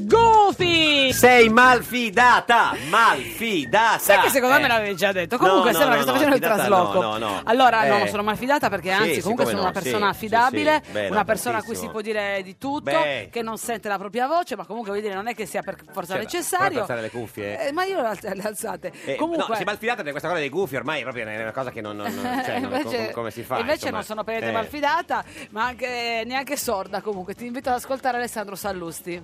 Goofy! Sei malfidata, malfidata. Sai che secondo Eh. me l'avevi già detto. No, Comunque no, sembra no, che sto no, facendo il affidata trasloco. no, no, no. Allora, Eh. no, sono malfidata perché Sì, anzi, sì, comunque come sono no, una sì, persona sì, affidabile, sì. Beh, no, una persona a cui si tantissimo. può dire di tutto, Beh. che non sente la propria voce, ma comunque vuol dire non è che sia per forza Cioè, necessario. per alzare le cuffie? Eh, ma io le alz- le alzate. Eh, comunque no, sei malfidata per questa cosa dei gufi ormai è proprio una una cosa che non, non- non- cioè, non- invece, com- come si fa invece insomma. non sono per niente Eh. malfidata, ma anche, neanche sorda comunque. Ti invito ad ascoltare Alessandro Sallusti.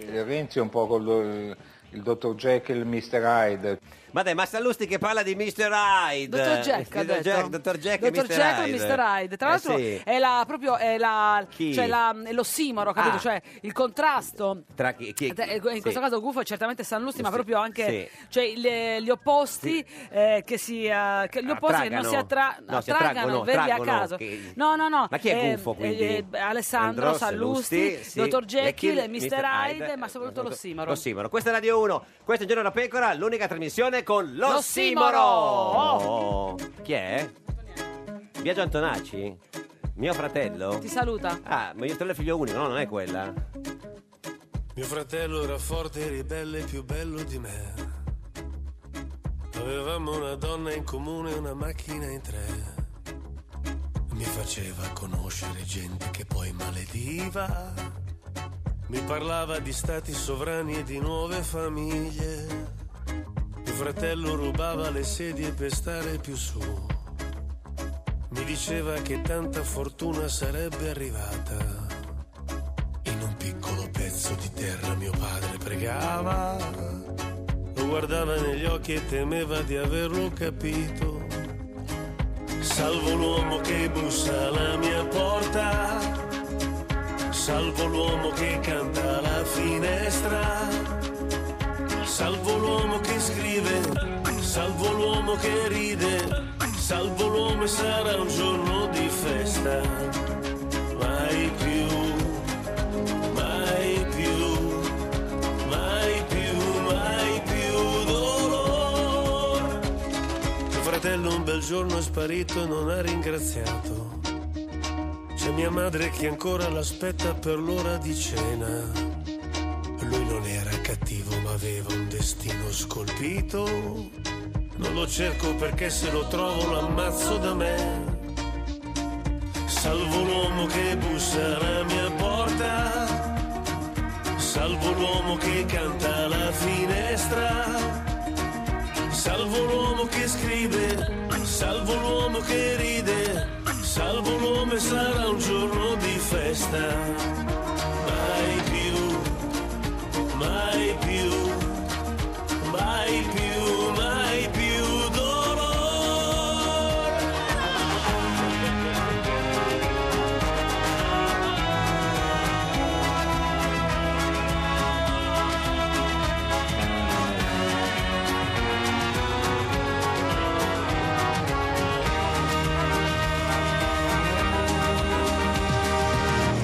Eh, Renzi è un po' col- il dottor Jekyll, Mr. Hyde. Ma dai, ma Sallusti che parla di Mr. Hyde. Dottor Jack, ha Mr. detto. Jack, Dottor Jack e Dottor Mr. Jack e Hyde. Mr. Hyde. Tra Eh, l'altro sì. è la, proprio è la, Chi? cioè la, è l'ossimoro, capito? Ah. Cioè il contrasto. Tra chi, chi- Eh, In questo sì. caso Gufo è certamente Sanlusti, ma Sì, proprio anche sì. cioè, le- gli opposti eh, che si eh, che gli opposti che non Attraggano. si, attra- No, si attraggono, attraggono, vedi a attraggono, caso. che- No, no, no. Ma chi è Gufo, eh, quindi? eh, Alessandro Andro Sallusti, sì, dottor Jekyll, Jekyll, Mr. Hyde, ma eh, soprattutto l'ossimoro. Lo Simoro. Questa è Radio 1, questo è Giorno da Pecora, l'unica trasmissione con lo L'ossimoro! Simoro. Chi è? Biagio Antonacci? Mio fratello? Ti saluta. Ah, ma io te lo figlio unico, no, non è quella. Mio fratello era forte, ribelle, più bello di me. Avevamo una donna in comune e una macchina in tre. Mi faceva conoscere gente che poi malediva. Mi parlava di stati sovrani e di nuove famiglie. Mio fratello rubava le sedie per stare più su. Mi diceva che tanta fortuna sarebbe arrivata. In un piccolo pezzo di terra mio padre pregava. Lo guardava negli occhi e temeva di averlo capito. Salvo l'uomo che bussa alla mia porta. Salvo l'uomo che canta alla finestra. Salvo l'uomo che scrive. Salvo l'uomo che ride. Salvo l'uomo e sarà un giorno di festa. Mai più. Mai più, mai più, mai più dolore. Mio fratello un bel giorno è sparito e non ha ringraziato. C'è mia madre che ancora l'aspetta per l'ora di cena. Lui non era cattivo ma aveva un destino scolpito. Non lo cerco perché se lo trovo lo ammazzo da me. Salvo l'uomo che bussa alla mia porta, salvo l'uomo che canta alla finestra, salvo l'uomo che scrive, salvo l'uomo che ride, salvo l'uomo e sarà un giorno di festa. Mai più, mai più, mai più, mai più dolore.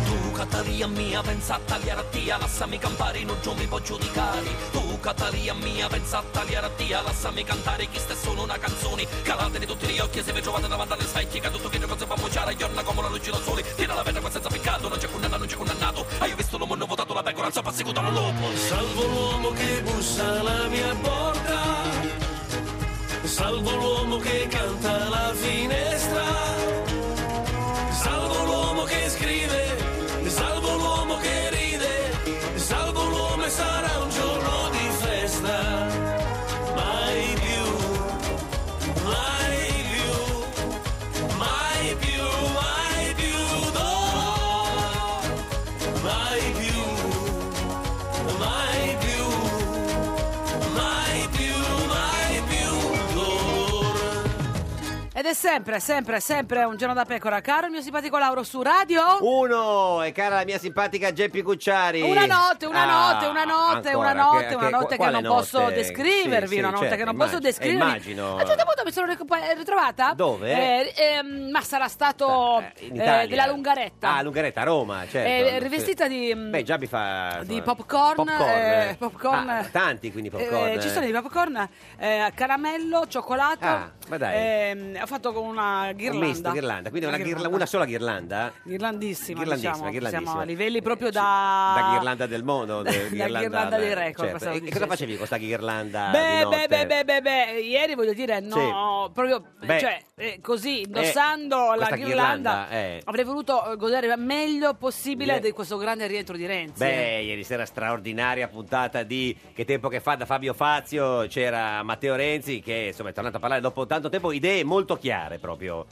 Tu Catalia mia, pensa a tagliare a tia, lassami cantare, non giù mi può giudicare. Tu Catalia mia, pensa a tagliare a tia, lassami cantare, chi è solo una canzone. Calateli tutti gli occhi e se vi trovate davanti alle specchie, che tutto che cosa fa bruciare, giorna come la luce da sole. Tira la vetra qua senza peccato, non c'è condanna, non c'è condannato. Hai visto l'uomo, non ho votato la pecora, non so perseguito un lupo. Salvo l'uomo che bussa alla mia porta, salvo l'uomo che canta alla finestra, salvo l'uomo che scrive, salvo l'uomo che ride, salvo l'uomo e sarà un giorno di festa. Mai più, mai più, mai più, mai più. Ed è sempre, sempre, sempre un giorno da pecora, caro il mio simpatico Lauro su radio. Uno, e cara la mia simpatica Geppi Cucciari. Una notte, una Ah, notte, una notte, ancora, una notte, che- una che- notte che quale non posso notte? descrivervi, Sì, sì, una notte certo, che non posso immagino, eh, descrivervi. immagino. A un certo punto mi sono rico- ritrovata. Dove? Eh, ehm, ma sarà stato In eh, Italia. della lungaretta. Ah, Lungaretta, a Roma, certo. Eh, rivestita di, mm, Beh, già mi fa... di popcorn, Popcorn. eh, popcorn. Ah, tanti, quindi, popcorn. Eh, ci sono eh. i popcorn eh, caramello, cioccolato. Ah, ma dai. Ehm, ho fatto con una Un ghirlanda. misto, ghirlanda. Quindi una, ghirla- una sola ghirlanda? Ghirlandissima, Ghirlandissima, diciamo, ghirlandissima. Eh, siamo a livelli proprio La da... ghirlanda del mondo. La de- ghirlanda dei beh, record, pensavo E- E dicessi. cosa facevi con questa ghirlanda Ah, di Beh, notte? beh, beh, beh, beh, beh, ieri voglio dire, no, proprio, Beh. cioè, eh, così, indossando la questa ghirlanda, ghirlanda, eh. avrei voluto eh, godere il meglio possibile Le- di questo grande rientro di Renzi. eh. Beh, ieri sera straordinaria puntata di Che tempo che fa da Fabio Fazio, c'era Matteo Renzi che insomma è tornato a parlare dopo tanto tempo, idee molto chiare proprio.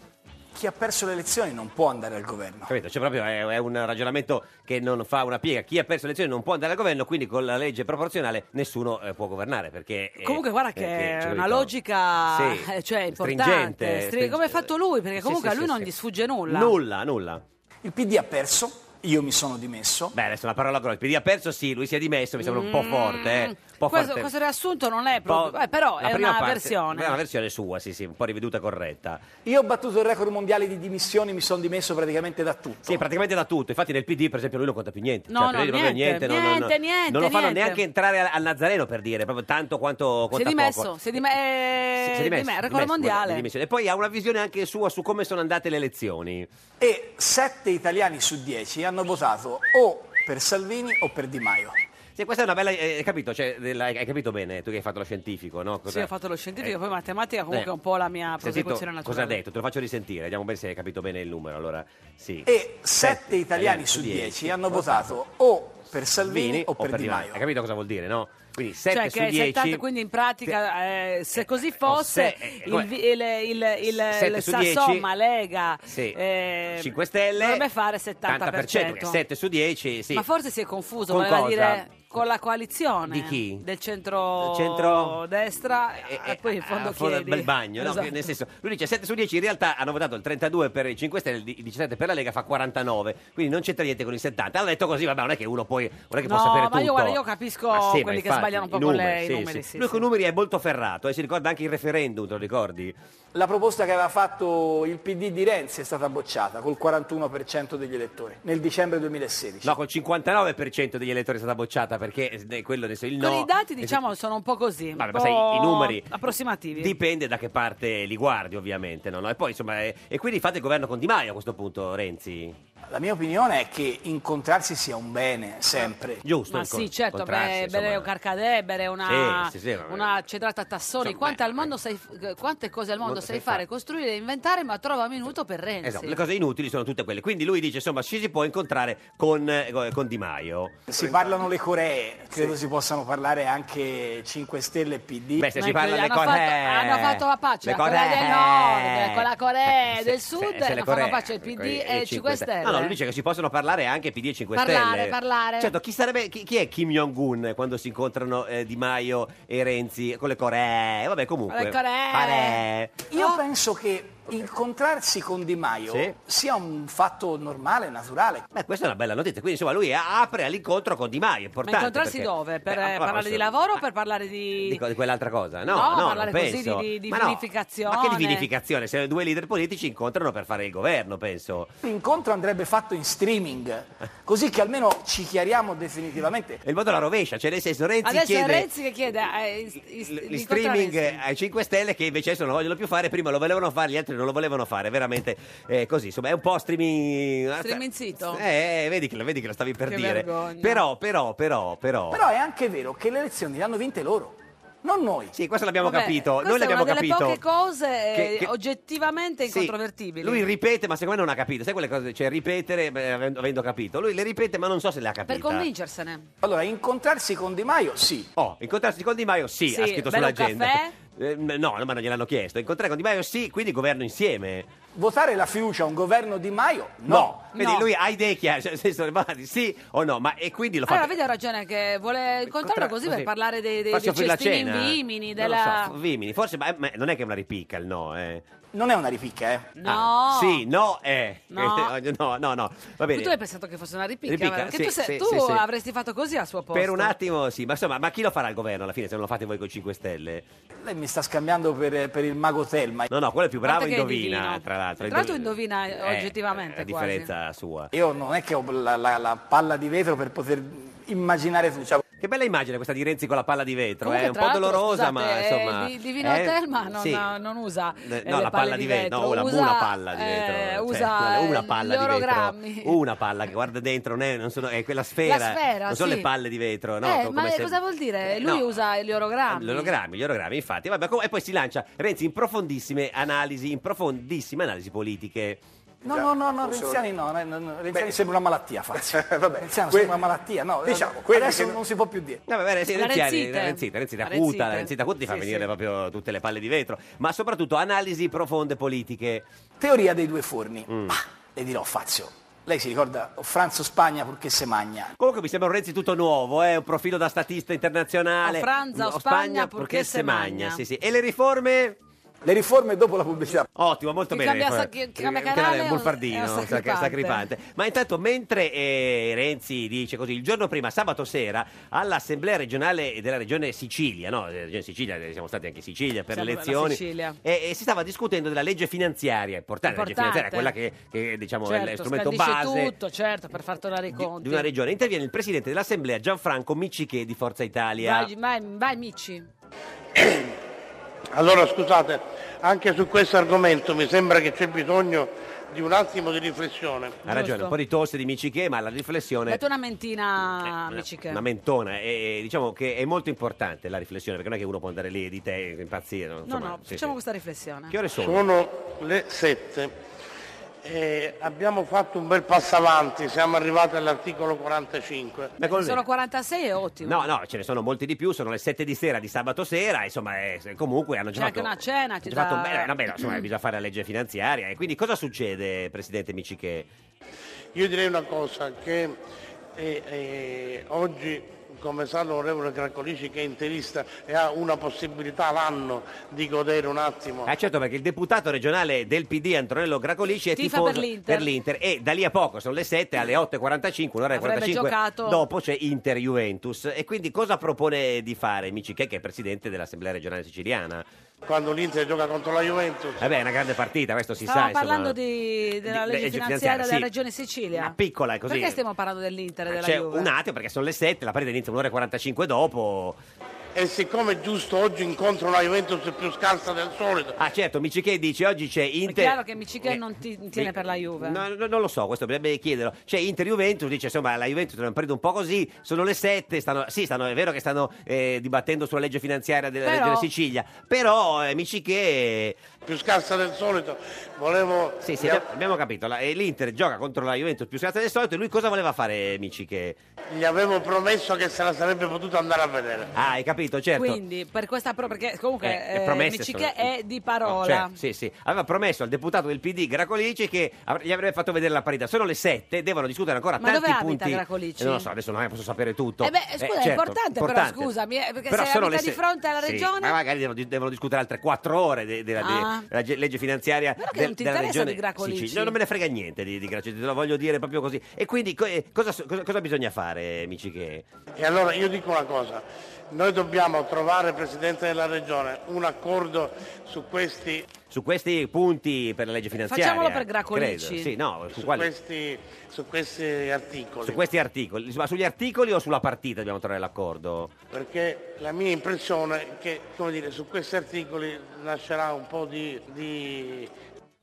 Chi ha perso le elezioni non può andare al governo. Capito? Cioè proprio è, è un ragionamento che non fa una piega. Chi ha perso le elezioni non può andare al governo, quindi con la legge proporzionale nessuno eh, può governare perché... eh, Comunque guarda che perché, è cioè, una capito? logica Sì. eh, cioè, Stringente, importante, stringente. come ha fatto lui, perché Sì, comunque sì, a lui sì, non sì. gli sfugge nulla. Nulla, nulla. Il PD ha perso, io mi sono dimesso. Beh, adesso la parola grossa. Il PD ha perso, sì, lui si è dimesso, mi sembra un po' forte, eh. Un po' Mm. Questo, forte. questo riassunto non è Un po' proprio, eh, però la è prima una parte- versione. È una versione sua, sì, sì, un po' riveduta e corretta. Io ho battuto il record mondiale di dimissioni, mi sono dimesso praticamente da tutto. Sì, praticamente da tutto. Infatti nel PD, per esempio, lui non conta più niente. No, Cioè, no, per lui proprio niente, non- non- niente, niente, Non lo fanno niente. neanche entrare al, al Nazareno, per dire, proprio tanto quanto si è conta dimesso, poco. si è, dime- eh, Si- si è dimesso, dime- record dimesso, mondiale. di dimissioni. E poi ha una visione anche sua su come sono andate le elezioni. E sette italiani su dieci hanno votato o per Salvini o per Di Maio. Sì, questa è una bella... eh, Hai capito? Cioè, della- hai capito bene, tu che hai fatto lo scientifico, no? Sì, Cosa- ho fatto lo scientifico, Eh, poi matematica comunque eh. è un po' la mia Sentito prosecuzione naturale. Cosa ha detto? Te lo faccio risentire, vediamo bene se hai capito bene il numero. Allora, sì. E sette italiani su dieci hanno votato o per Salvini o per Di Hai Maio. capito cosa vuol dire, no? Quindi 7 cioè su che 10 70, quindi in pratica eh, se così fosse se- eh, come- il, vi- il, il, il, Sette il su Sa- dieci- Somma Lega Sì. eh, 5 Stelle dovrebbe fare 70%, 7 su 10, sì. ma forse si è confuso Con voleva cosa? dire con la coalizione Di chi? del centro, Del centro- destra e, poi in fondo Ah, fuori dal chiedi bel bagno, no? Esatto. Che Nel senso, lui dice 7 su 10, in realtà hanno votato il 32 per i 5 Stelle, il 17 per la Lega, fa 49, quindi non c'entra niente con i 70. Hanno detto così, vabbè, non è che uno poi, non è che No, può sapere ma tutto. io, guarda, io capisco Ma sì, ma quelli che infatti, sbagliano un po' i con le- numeri, i sì, numeri, sì. sì, Lui sì. con i numeri è molto ferrato, e si ricorda anche il referendum, te lo ricordi? La proposta che aveva fatto il PD di Renzi è stata bocciata col 41% degli elettori nel dicembre 2016. No, col 59% degli elettori è stata bocciata perché eh, quello adesso il no. con i dati nel diciamo sono un po' così un Vabbè, po' ma sai, i numeri- approssimativi Dipende da che parte li guardi, ovviamente. no? No? E poi, insomma, eh, e, quindi fate il governo con Di Maio a questo punto, Renzi. La mia opinione è che incontrarsi sia un bene, sempre. Giusto? Ma il con- sì, certo, contrarsi, beh, insomma. bere un carcadè, bere una, Sì, sì, sì, ma- una cedrata a tassoni. Insomma, quante, beh, al mondo sai, eh, quante cose al mondo Mondo sai sai fare, fare. costruire, inventare, ma trova un minuto per Renzi. Esatto, le cose inutili sono tutte quelle. Quindi lui dice, insomma, ci si può incontrare con, eh, con Di Maio. Si parlano le Coree, credo si possano parlare anche 5 Stelle e PD. Beh, se Ma si parla hanno le fatto- cose... hanno fatto la pace le la Corea cose- del Nord con la Corea Se- del se- Sud hanno se le eh, fatto Coree- la pace il PD i- e i 5 Stelle. No, no, lui dice che si possono parlare anche PD e 5 Parlare, Stelle. parlare. Certo, chi sarebbe chi, chi è Kim Jong-un quando si incontrano eh, Di Maio e Renzi con le Coree? Vabbè, comunque. Con le Coree. Pare. Io penso che incontrarsi con Di Maio Sì. sia un fatto normale, naturale. Beh, questa è una bella notizia, quindi insomma lui a- apre all'incontro con Di Maio, è Ma importante. incontrarsi perché- dove? Per Beh, eh, allora, parlare di insomma, lavoro o per parlare di... Di, co- di quell'altra cosa? No, No, no, parlare non così penso. di- di Ma no, vinificazione. Ma che di vinificazione? Se due leader politici incontrano per fare il governo, penso. L'incontro andrebbe fatto in streaming, così che almeno ci chiariamo definitivamente. E il modo alla rovescia, cioè nel senso Renzi Adesso chiede... è Renzi che chiede eh, is- is- l- di gli streaming incontrare Renzi. ai 5 Stelle che invece adesso non vogliono più fare, prima lo volevano fare, gli altri non lo volevano fare, veramente eh, così, insomma è un po' streaming... Streaming zitto? Eh, eh, vedi che, lo- vedi che lo stavi per Che dire. vergogna. Però, però, però, però... Però è anche vero che le elezioni le hanno vinte loro, non noi. Sì, questo l'abbiamo Vabbè, capito, questa noi l'abbiamo è una capito. delle poche cose eh, Che- che- oggettivamente Sì, incontrovertibili. Lui ripete, ma secondo me non ha capito. Sai quelle cose, cioè ripetere beh, avendo, avendo capito. Lui le ripete, ma non so se le ha capite. per convincersene. Allora, incontrarsi con Di Maio, sì. Oh, incontrarsi con Di Maio sì, Sì, ha scritto bello sull'agenda. caffè? Eh, no, ma non gliel'hanno chiesto. Incontrare con Di Maio sì, quindi governo insieme. Votare la fiducia a un governo di Maio? No. No. Quindi No. lui ha idee chiare, cioè, nel senso, ma di sì o no, ma e quindi lo fa. Allora, vedi, ha ragione che vuole incontrarlo Contra- così per parlare dei, dei, Farsi dei offrire la cestini cena? eh. vimini, Non lo della... so, Vimini, forse, ma, ma non è che è una ripicca il no, eh. Ah, Non è una ripicca, eh? No. Sì, no, eh. No. no, no, no. Va bene. Tu hai pensato che fosse una ripicca, Ripicca, perché sì, tu, se- sì, tu sì, sì. avresti fatto così al suo posto. Per un attimo sì, ma insomma, ma chi lo farà il governo alla fine se non lo fate voi con 5 Stelle? Lei mi sta scambiando per, per il mago Telma. No, no, quello è più bravo Guarda che è indovina, divino. tra l'altro. eh, Tra l'altro indovina, oggettivamente, A quasi. differenza eh, sua. Io non è che ho la, la- la palla di vetro per poter immaginare cioè, fiducia. Che bella immagine questa di Renzi con la palla di vetro, Comunque, eh? un tra po' l'altro, dolorosa, ma scusate, insomma... eh, di- Divino eh, Telma non, sì. non usa No, eh, le la palla palle di di vetro, vetro, no, una- usa, una palla di vetro, eh, cioè, usa una gli palla di orogrammi. vetro, una palla che guarda dentro, non è, non sono, è quella sfera, La sfera, non sono sì. le palle di vetro, no? Eh, Co- ma come se- cosa vuol dire? Eh, Lui no. usa gli orogrammi. Gli orogrammi, gli orogrammi, infatti, vabbè, com- e poi si lancia Renzi in profondissime analisi, in profondissime analisi politiche. No, no, no, no, Renziani no, no, no, no, Renziani sembra una malattia, Eh, Fazio. Renziano que- sembra una malattia, no, diciamo, quelli adesso che non- non si può più dire. No, vabbè, sì, La Renziani, Renzite. la Renzita, Renzita La acuta, Renzite. la Renzita acuta ti fa Sì, venire sì. proprio tutte le palle di vetro, ma soprattutto analisi profonde politiche. Mm. Teoria dei due forni. Ma, le dirò, Fazio, lei si ricorda Franzo Spagna purché se magna. Comunque mi sembra un Renzi tutto nuovo, eh, un profilo da statista internazionale. Mm, O Franza, o No, Spagna, purché se magna. Sì, sì. E le riforme? Le riforme dopo la pubblicità. Ottimo, molto Chi bene. cambia le sa- riforme. chi- chi cambia Perché canale è un è un- buffardino, è un sa- sacripante. sacripante. Ma intanto, mentre eh, Renzi dice così, il giorno prima, sabato sera, all'Assemblea regionale della regione Sicilia, no, della regione Sicilia, eh, siamo stati anche in Sicilia per Siamo le alla elezioni, Sicilia. e, e si stava discutendo della legge finanziaria, importante, la legge Importante. finanziaria, quella che, che, diciamo è certo, il strumento scandisce base tutto, certo, per far tornare i di, conti. di una regione. Interviene il presidente dell'Assemblea, Gianfranco Micciche di Forza Italia. Vai, vai, vai, Mici. Allora scusate, anche su questo argomento mi sembra che c'è bisogno di un attimo di riflessione. ha ragione, giusto. un po' di tosse di Miciche, ma la riflessione... Date una mentina, Mici. che- Eh, Una mentona, e, e diciamo che è molto importante la riflessione, perché non è che uno può andare lì di te e eh, impazzire. No, No, Insomma, no, sì, facciamo sì. questa riflessione. Che ore sono? Sono le 7. abbiamo fatto un bel passo avanti, siamo arrivati all'articolo 45. Ma col- Sono 46 e ottimo. No, no, ce ne sono molti di più, sono le 7 di sera di sabato sera, insomma, eh, se- comunque hanno già C'è anche fatto... una cena, hanno ci già fatto un dà- bel- no, beh, no, insomma, bisogna fare la legge finanziaria. E quindi cosa succede, Presidente Miciche? Io direi una cosa, che eh, eh, oggi, come sa l'onorevole Graccolici che è interista e ha una possibilità l'anno di godere un attimo. Ah certo, perché il deputato regionale del PD, Antonello Gracolici, è Tifa tifoso per l'Inter. e da lì a poco, sono le 7, alle 8.45, un'ora e Avrebbe 45, giocato. dopo c'è Inter-Juventus. E quindi cosa propone di fare Miciche, che è presidente dell'Assemblea regionale siciliana? Quando l'Inter gioca contro la Juventus. Vabbè, è una grande partita, questo si Stavamo sa. insomma. parlando di- della Di- legge finanziaria della sì. regione Sicilia. Una piccola, così. Perché stiamo parlando dell'Inter e della C'è Juve? un attimo, perché sono le 7, la partita inizia un'ora e 45 dopo. E siccome è giusto oggi incontro la Juventus più scarsa del solito, Ah certo, Miciche dice oggi c'è Inter... È chiaro che Miciche Eh, non ti- tiene per la Juve. No, no, non lo so, questo bisognerebbe chiederlo. C'è Inter-Juventus, dice insomma la Juventus è un periodo un po' così, sono le 7, stanno, sì stanno, è vero che stanno eh, dibattendo sulla legge finanziaria della Però- regione Sicilia, però eh, Miciche... più scarsa del solito, volevo... Sì, sì, abbiamo- abbiamo capito, la- eh, l'Inter gioca contro la Juventus più scarsa del solito e lui cosa voleva fare Miciche? Gli avevo promesso che se la sarebbe potuto andare a vedere. Ah, hai capito, certo. Quindi, per questa pro- perché comunque Eh, le eh, promesse Miciche sono- è di parola. No, certo, sì, sì. Aveva promesso al deputato del PD Gracolici che av- gli avrebbe fatto vedere la parità. Sono le 7, devono discutere ancora Ma tanti dove abita punti. Gracolici? Eh, non lo so, adesso non è che posso sapere tutto. Eh beh, scusa, certo, è importante però, scusami, eh, perché se sono abita le di fronte alla Sì, regione- ma magari devono, di- devono discutere altre 4 ore de- della, de- Ah. della ge- legge finanziaria Però che del- non ti della interessa regione di Gracolici. Sicilia. No, non me ne frega niente di, di Gracolici, te lo voglio dire proprio così. E quindi co- eh, cosa, so- cosa- cosa bisogna fare, amici che... E allora io dico una cosa, noi dobbiamo trovare, Presidente della Regione, un accordo su questi, Su questi punti per la legge finanziaria... Facciamolo per Gracolici. credo. Sì, no, su su quali... questi, su questi articoli, Su questi articoli, ma sugli articoli o sulla partita dobbiamo trovare l'accordo? perché la mia impressione è che come dire, su questi articoli nascerà un po' di, di-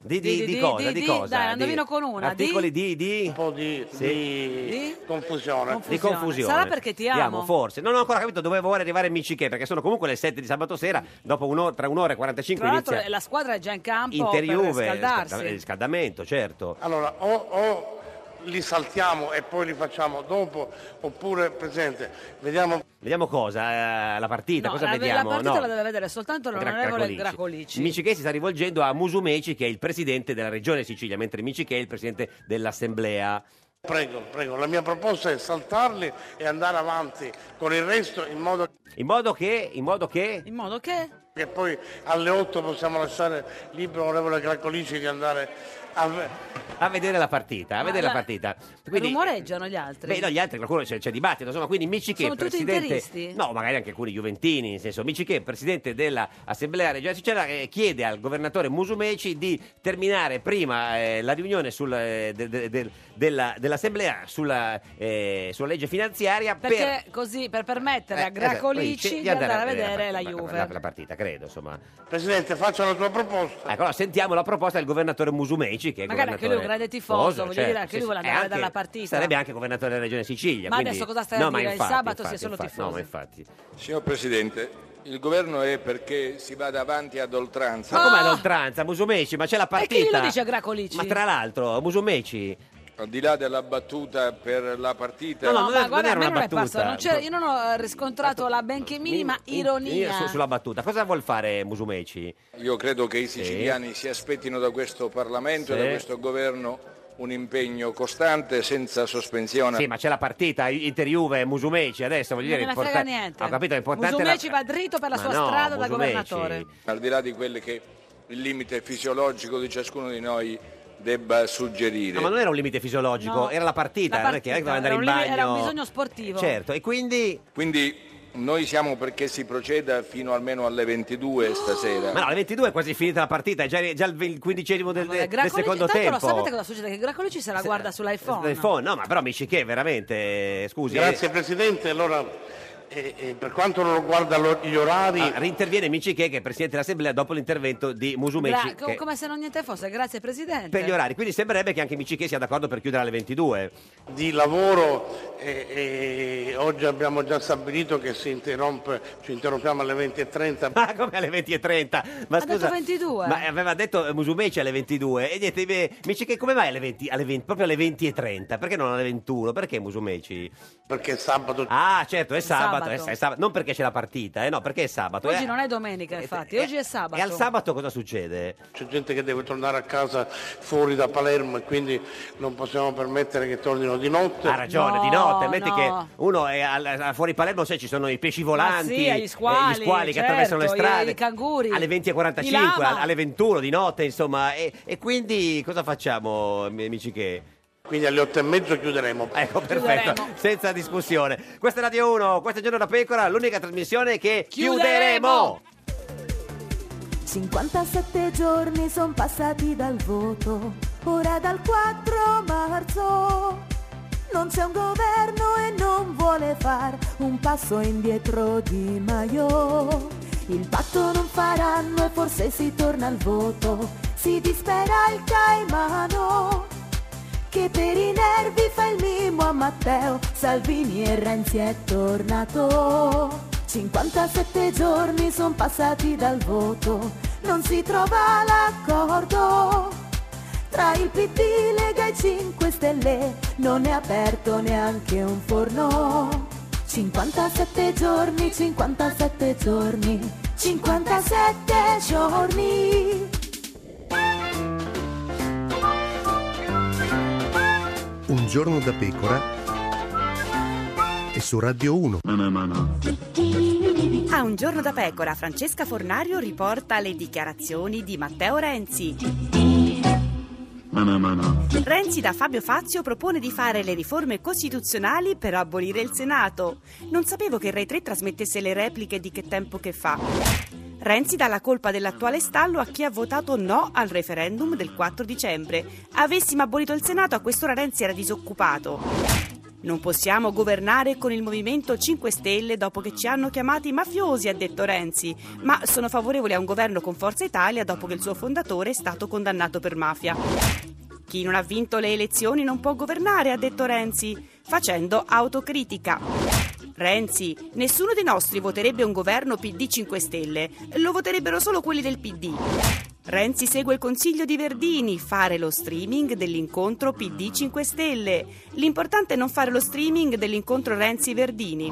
Di, di, Di- di di- cosa? di- Di di- cosa? dai, Di- indovino con una, di- Articoli di... di... un po' di, Sì. di Di? confusione. Confu- Di confusione. Sarà perché ti amo. forse. Non ho ancora capito dove vuole arrivare Michiche, perché sono comunque le 7 di sabato sera, dopo un'ora, tra un'ora e 45 Tra l'altro eh, inizia eh, la squadra è già in campo Inter-Juve, per riscalda- riscaldarsi. riscaldamento, certo. Allora, o, o li saltiamo e poi li facciamo dopo, oppure, Presidente, vediamo Vediamo cosa, eh, la partita, No, cosa la, la vediamo? partita No. la deve vedere soltanto l'onorevole Gracolici. Micichè si sta rivolgendo a Musumeci, che è il presidente della regione Sicilia, mentre Micichè è il presidente dell'assemblea. Prego, prego, la mia proposta è saltarli e andare avanti con il resto in modo In modo che? In modo che? In modo che? Che poi alle 8 possiamo lasciare libero l'onorevole Calcolici di andare a... A vedere la partita, a vedere la la- partita. Quindi, Rumoreggiano gli altri. beh, no, gli altri, qualcuno c'è, c'è dibattito, insomma, quindi Micichè, Sono tutti presidente... interisti? No, magari anche alcuni giuventini, nel senso, Micichè, presidente dell'Assemblea regionale siciliana, eh, chiede al governatore Musumeci di terminare prima eh, la riunione sul, eh, de- de- del- della- dell'Assemblea sulla, eh, sulla legge finanziaria per... Eh, Perché così per permettere a Gracolici Esatto, di andare a par- vedere la La, Juve. la partita, credo, insomma. Presidente, faccio la tua proposta. Ecco, allora sentiamo la proposta del governatore Musumeci, che è Magari anche governatore certo, lui è un grande tifoso, voglio dire, anche lui vuole è andare a vedere la partita. Sarebbe anche governatore della Regione Sicilia. Ma quindi- adesso cosa stai a no, ma dire? Il infatti, sabato si è infatti, solo infatti, No, tifosi. ma infatti. Signor Presidente, il governo è perché si vada avanti ad oltranza. Ma come ad oltranza, Musumeci? Ma c'è la Ah! E partita. chi glielo dice a Gracolici? Ma tra l'altro, Musumeci... Al di là della battuta per la partita... No, ma guarda, a me non è parso, non c'è- io non ho eh, riscontrato la benché minima ironia. Su- sulla battuta. Cosa vuol fare Musumeci? Io credo che i siciliani si aspettino da questo Parlamento e Sì. da questo governo un impegno costante senza sospensione. Sì, ma c'è la partita Inter-Juve, Musumeci adesso, voglio Non dire... me ne importa- frega niente. Ho capito, è importante... la- Musumeci va dritto per la Ma sua no, strada da Musumeci. governatore. Al di là di quelle che il limite fisiologico di ciascuno di noi debba suggerire. No, ma non era un limite fisiologico, No. era la partita, La non è che- non è che doveva andare in bagno. sportivo. Certo, e quindi... noi siamo perché si proceda fino almeno alle 22 stasera. Ma no, alle 22 è quasi finita la partita, è già, già il il quindicesimo del, del Gracolici, secondo tanto tempo. lo sapete cosa succede? Che Gracolici se la guarda Del sull'iPhone. phone, no, ma però amici che veramente, eh, scusi. Grazie Presidente, allora eh, eh, per quanto riguarda lo- gli orari... Ah, rinterviene Michichè che è presidente dell'assemblea dopo l'intervento di Musumeci Gra- co- che- come se non niente fosse, grazie Presidente. per gli orari. Quindi sembrerebbe che anche Michichè sia d'accordo per chiudere alle 22. Di lavoro eh, eh, oggi abbiamo già stabilito che si interrompe, ci interrompiamo alle 20.30. Ma come alle 20.30? Ma Ha detto 22. Ma aveva detto eh, Musumeci alle 22 e niente, eh, Michichè come mai alle 20, alle 20 proprio alle 20.30? Perché non alle 21? Perché Musumeci? Perché sabato... Ah, certo, è sabato, Sabato. è sa- è sabato. non perché c'è la partita, eh, no, perché è sabato. Oggi Eh, non è domenica, infatti, oggi è sabato. E al sabato cosa succede? C'è gente che deve tornare a casa fuori da Palermo e quindi non possiamo permettere che tornino di notte. Ha ragione, di notte, metti che uno è al- a- fuori Palermo, sai, ci sono i pesci volanti, Ma sì, eh, gli squali, che certo, attraversano le i- strade. i canguri. alle I 20.45, lama. al- alle 21 di notte, insomma, e, e quindi cosa facciamo, mi- amici che? Quindi alle 8 e mezzo chiuderemo. Ecco, perfetto, senza discussione. Questa è Radio 1, questo è Giorno da Pecora, l'unica trasmissione che Chiuderemo! chiuderemo. 57 giorni sono passati dal voto, ora dal 4 marzo. Non c'è un governo e non vuole far un passo indietro di Maio. Il patto non faranno e forse si torna al voto, si dispera il Caimano. Che per i nervi fa il mimo a Matteo, Salvini e Renzi è tornato. 57 giorni sono passati dal voto, non si trova l'accordo. Tra il PD, Lega e 5 Stelle non è aperto neanche un forno. 57 giorni, 57 giorni, 57 giorni. Un giorno da pecora e su Radio 1. A un giorno da pecora, Francesca Fornario riporta le dichiarazioni di Matteo Renzi. Renzi da Fabio Fazio propone di fare le riforme costituzionali per abolire il Senato. Non sapevo che Rai 3 trasmettesse le repliche di Che tempo che fa. Renzi dà la colpa dell'attuale stallo a chi ha votato no al referendum del 4 dicembre. Avessimo abolito il Senato, a quest'ora Renzi era disoccupato. Non possiamo governare con il Movimento 5 Stelle dopo che ci hanno chiamati mafiosi, ha detto Renzi, ma sono favorevoli a un governo con Forza Italia dopo che il suo fondatore è stato condannato per mafia. Chi non ha vinto le elezioni non può governare, ha detto Renzi, facendo autocritica. Renzi, nessuno dei nostri voterebbe un governo PD 5 Stelle, lo voterebbero solo quelli del PD. Renzi segue il consiglio di Verdini, fare lo streaming dell'incontro PD 5 Stelle. L'importante è non fare lo streaming dell'incontro Renzi-Verdini.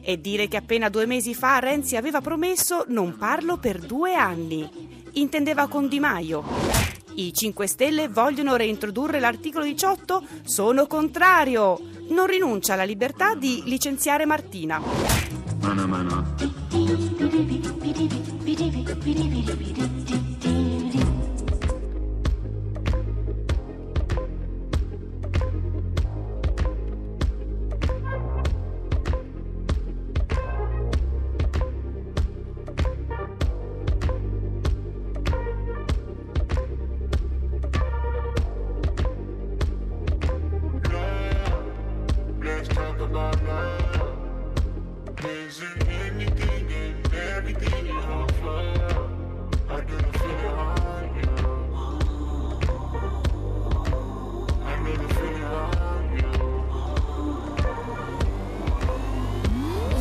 E dire che appena due mesi fa Renzi aveva promesso non parlo per due anni. Intendeva con Di Maio. I 5 Stelle vogliono reintrodurre l'articolo 18? Sono contrario. Non rinuncia alla libertà di licenziare Martina. Mano a mano. Let's talk about love. Is it anything and everything you offer? I do not feel it on you. I do not feel it on you.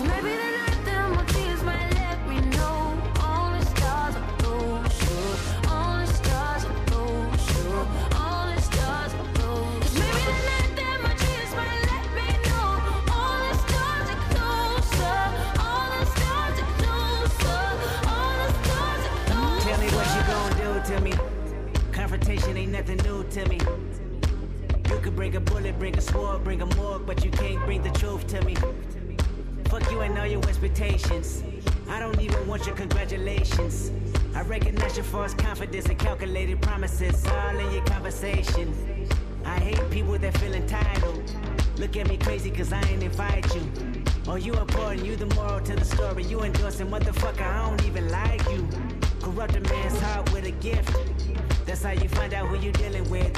Maybe the night that my tears might let me know Only stars are blue, sure Only stars are blue, sure Only stars are blue Maybe the night that my tears might let me know Only stars are closer Only stars are closer Only stars are closer Tell me what you gonna do to me. Confrontation ain't nothing new to me. You could bring a bullet, bring a sword, bring a morgue, but you can't bring the truth to me. Fuck you and all your expectations. I don't even want your congratulations. I recognize your false confidence and calculated promises all in your conversation. I hate people that feel entitled. Look at me crazy cause I ain't invite you. Oh, you important, you the moral to the story. You endorsing, motherfucker, I don't even like you. Corrupt a man's heart with a gift. That's how you find out who you dealing with.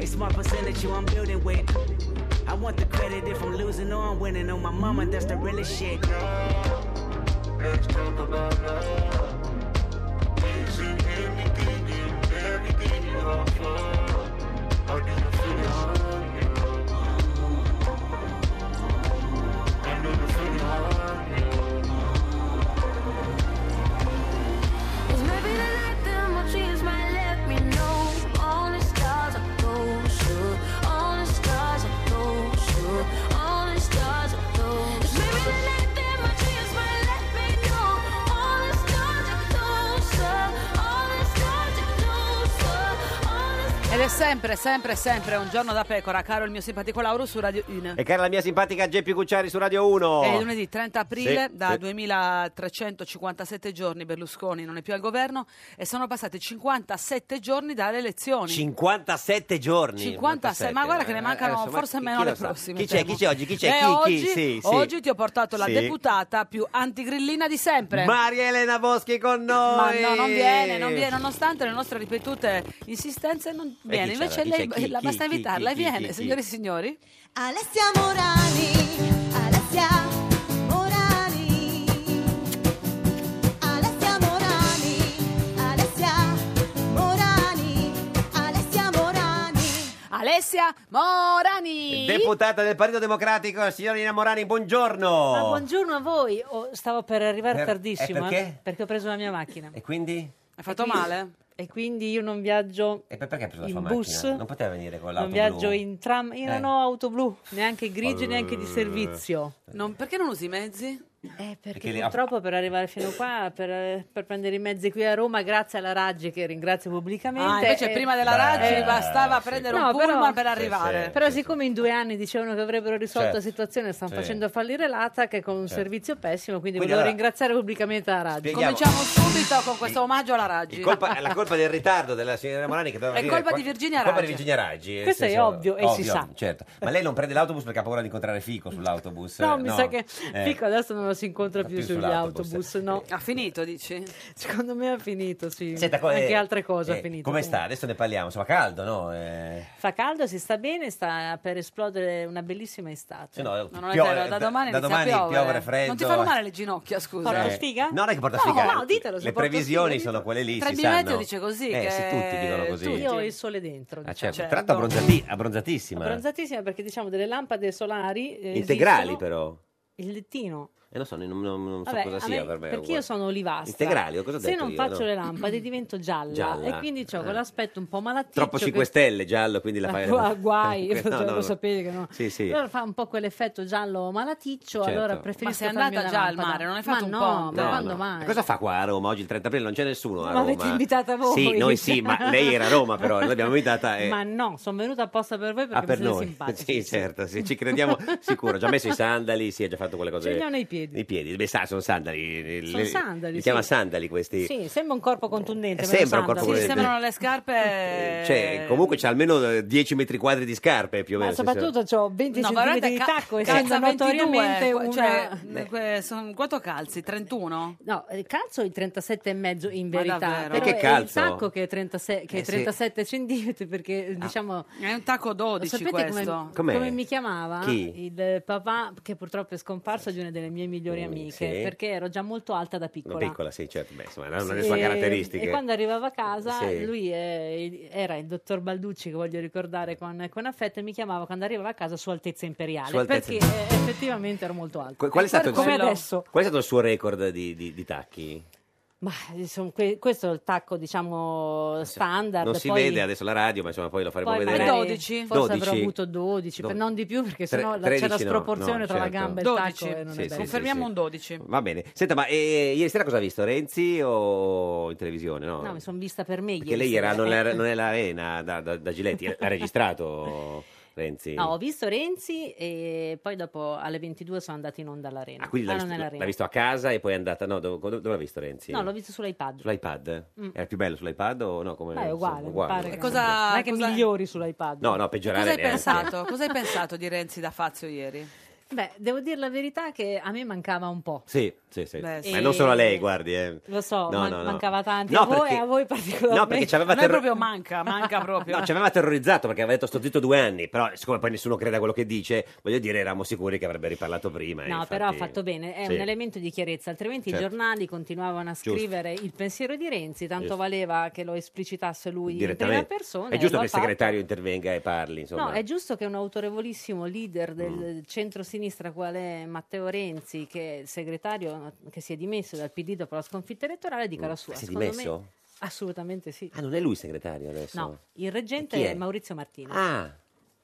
A small percentage you I'm building with. I want the credit if I'm losing or I'm winning. On my mama, that's the realest shit. Let's talk about love. Is it anything and everything you offer? I do not feel it on you. I do not feel it on you. Cause maybe the night that my dreams might let me know Only stars are blue, sure Only stars are blue, sure Only stars are blue, Maybe the night that my dreams might let me know Only stars are closer Only stars are closer Only Ed è sempre, sempre, sempre un giorno da pecora, caro il mio simpatico Lauro su Radio 1. E cara la mia simpatica Geppi Cucciari su Radio 1. È lunedì 30 aprile, Sì, da sì. 2357 giorni Berlusconi non è più al governo e sono passati 57 giorni dalle elezioni. 57 giorni. 56, ma guarda che ne mancano forse meno le prossime. eh, Chi c'è, temo. chi c'è oggi? Chi c'è? Beh, chi, oggi, chi? Sì, sì. oggi ti ho portato la Sì. deputata più antigrillina di sempre. Maria Elena Boschi con noi. Ma no, non viene, non viene, nonostante le nostre ripetute insistenze, non Eh, chi viene. c'era? Invece Chi lei, c'è? Chi- la chi- basta chi- invitarla, e chi- chi- viene, chi? signore e signori. Alessia Morani, Alessia Morani, Alessia Morani, Alessia Morani, Alessia Morani. Alessia Morani. Deputata del Partito Democratico, signorina Morani, buongiorno. Ma buongiorno a voi, Oh, stavo per arrivare Per- tardissimo eh, eh, perché? Eh, ho preso la mia macchina. E quindi? Hai E quindi- E quindi io non viaggio E per- perché ha preso la in sua bus, macchina? Non poteva venire con l'auto non viaggio blu? in tram, io Eh. non ho auto blu, neanche grigie, Oh. neanche di servizio. Non- perché non usi i mezzi? Eh, perché, Perché le- purtroppo per arrivare fino qua, per, per prendere i mezzi qui a Roma, grazie alla Raggi che ringrazio pubblicamente. Ah, invece eh, prima della Raggi bastava prendere un pullman per arrivare. Sì, sì, Però siccome in due anni dicevano che avrebbero risolto la Certo. situazione, stanno Sì. facendo fallire l'ATAC con un Certo. servizio pessimo, quindi, Quindi volevo allora- ringraziare pubblicamente la Raggi. Spieghiamo. Cominciamo subito con questo omaggio alla Raggi. Il colpa- Eh. è la colpa del ritardo della signora Morani che doveva È venire colpa qua- di Virginia è colpa di Raggi. Virginia Raggi, nel Questo è senso- ovvio e si sa. certo. Ma lei non prende l'autobus perché ha paura di incontrare Fico sull'autobus? No, eh, mi sa che Eh, Fico adesso non lo si incontra più, più sugli sull'autobus. autobus, no. Eh, Ha finito, dici? Secondo me ha finito, sì. senta, co- Anche eh, altre cose eh, ha finito. Come sta? comunque. Adesso ne parliamo. Insomma, caldo, no? Eh, Fa caldo, si sta bene, sta per esplodere una bellissima estate. se Eh, no, No, non è pio- vero, da- da domani da inizia a domani piovere. piovere freddo. Non ti fanno male le ginocchia, scusa. Eh, No, non è che porta No, sfiga. eh, no, ditelo, se Le porta previsioni sfiga, sono quelle lì. Tra si i meteo sanno. dice così, Eh, che- sì, tutti dicono così. Io ho il sole dentro. Ah, diciamo. certo. Tra l'altro abbronzati- abbronzatissima. Abbronzatissima perché diciamo delle lampade solari eh, Integrali, esistono- però. il lettino E non so, non, non- non so Vabbè, cosa a sia me- per me. perché io sono olivastra. Integrali, o cosa ho Se detto non io, faccio no? le lampade divento gialla, Gialla, e quindi ho eh. quell'aspetto un po' malattico. Troppo 5 Stelle, giallo, quindi la fai... guai, cioè, No, no, lo no. sapete che no. Sì, sì. Allora fa un po' quell'effetto giallo malaticcio, Certo. allora preferisco Ma sei farmi andata una già al lampada. mare? Non hai Ma fatto un no, ponte? Ma No, quando no. mai? E Cosa fa qua a Roma oggi il 30 aprile? Non c'è nessuno a Ah, ecco. Ma Roma. l'avete invitata voi. Sì, noi sì, ma lei era a Roma però, noi l'abbiamo invitata e... Ma no, sono venuta apposta per voi perché Ah, per mi siete noi. simpatici. Sì, certo, sì, ci crediamo sicuro. Ci ha messo i sandali, sì, ha già fatto quelle cose. Ce li ho nei piedi. I piedi, beh, sa, sono sandali. Sono sandali, Li sì. chiama sandali questi. Sì, sembra un corpo contundente. Eh, però sembra un santo. corpo Sì, contundente. sembrano le scarpe... Cioè, comunque c'è almeno eh, 10 metri quadri di scarpe più o Ma meno. Ah, soprattutto ho 20 No, centimetri guardate, di ca- cioè, tacco e calza sono 22, notoriamente una... cioè, Eh, que- son- quanto calzi? 31? No, eh, calzo i 37 e mezzo in Ma verità. davvero? Però E che calzo? È il tacco che è, 36 che è Eh, sì. 37 centimetri perché eh, diciamo... È un tacco 12 Sapete questo. come, Ah. Com'è? come mi chiamava? Chi? Il papà che purtroppo è scomparso di una delle mie migliori amiche Mm, sì. perché ero già molto alta da Una piccola. piccola, sì, certo. Beh, insomma, era una delle Sì, sue e- caratteristiche. E quando arrivava a casa, Sì. lui eh, era il dottor Balducci, che voglio ricordare con, con affetto, e mi chiamava quando arrivava a casa Sua Altezza Imperiale, Sua Altezza- perché eh, effettivamente ero molto alta. Qu- Qual è, stato il Come suo... adesso. qual è stato il suo record di, di- di tacchi? Ma insomma, Eh, que- questo è il tacco, diciamo, standard. Eh, Non si poi- vede adesso la radio, ma insomma poi lo faremo poi vedere. magari- Forse avrò avuto 12, Do- per- non di più perché Tre- sennò la- c'è 13 la no, sproporzione no, tra la certo. gamba e il 12. tacco. e non è Sì, bello. sì, Confermiamo sì. un 12. Va bene. Senta, ma eh, ieri sera cosa ha visto? Renzi o in televisione? No, No, mi sono vista per me. Perché ieri lei sera. era, non, era, non è l'arena da, da, da Giletti, l'ha registrato Renzi. No, ho visto Renzi e poi dopo alle 22 sono andati in onda all'arena. Ah, quindi l'ha, Ah, visto, non all'arena. l'ha visto a casa e poi è andata. No, dove, dove- dove l'ha visto Renzi? No, l'ho visto sull'iPad. Sull'iPad? Mm. Era più bello sull'iPad o no? Come, Beh, è uguale, insomma, mi pare. che- uguale. non è che cosa- migliori sull'iPad. No, no, peggiorare Cosa hai, neanche. pensato? Cosa hai pensato di Renzi da Fazio ieri? Beh, devo dire la verità che a me mancava un po'. Sì, sì, sì. Beh, sì. Ma non solo a lei, guardi. eh. Lo so, No, man- no, no. mancava tanto No, a voi perché- e a voi particolarmente. No, perché ci aveva A noi terro- proprio manca, manca proprio. No, ci aveva terrorizzato perché aveva detto sto zitto due anni, però siccome poi nessuno crede a quello che dice, voglio dire, eravamo sicuri che avrebbe riparlato prima. No, Eh, infatti- però ha fatto bene, è Sì. un elemento di chiarezza, altrimenti Certo. i giornali continuavano a Giusto. scrivere il pensiero di Renzi, tanto Giusto. valeva che lo esplicitasse lui in prima Direttamente. persona. È e giusto lo che ha il fatto. segretario intervenga e parli, insomma. Mm. No, è giusto che un autorevolissimo leader del centro-sinistra, quale Matteo Renzi, che è il segretario che si è dimesso dal PD dopo la sconfitta elettorale, dica Mm. la sua. Si è Secondo dimesso? me- assolutamente sì. Ah, non è lui il segretario adesso? No, il reggente Chi è? è? Maurizio Martino. Ah.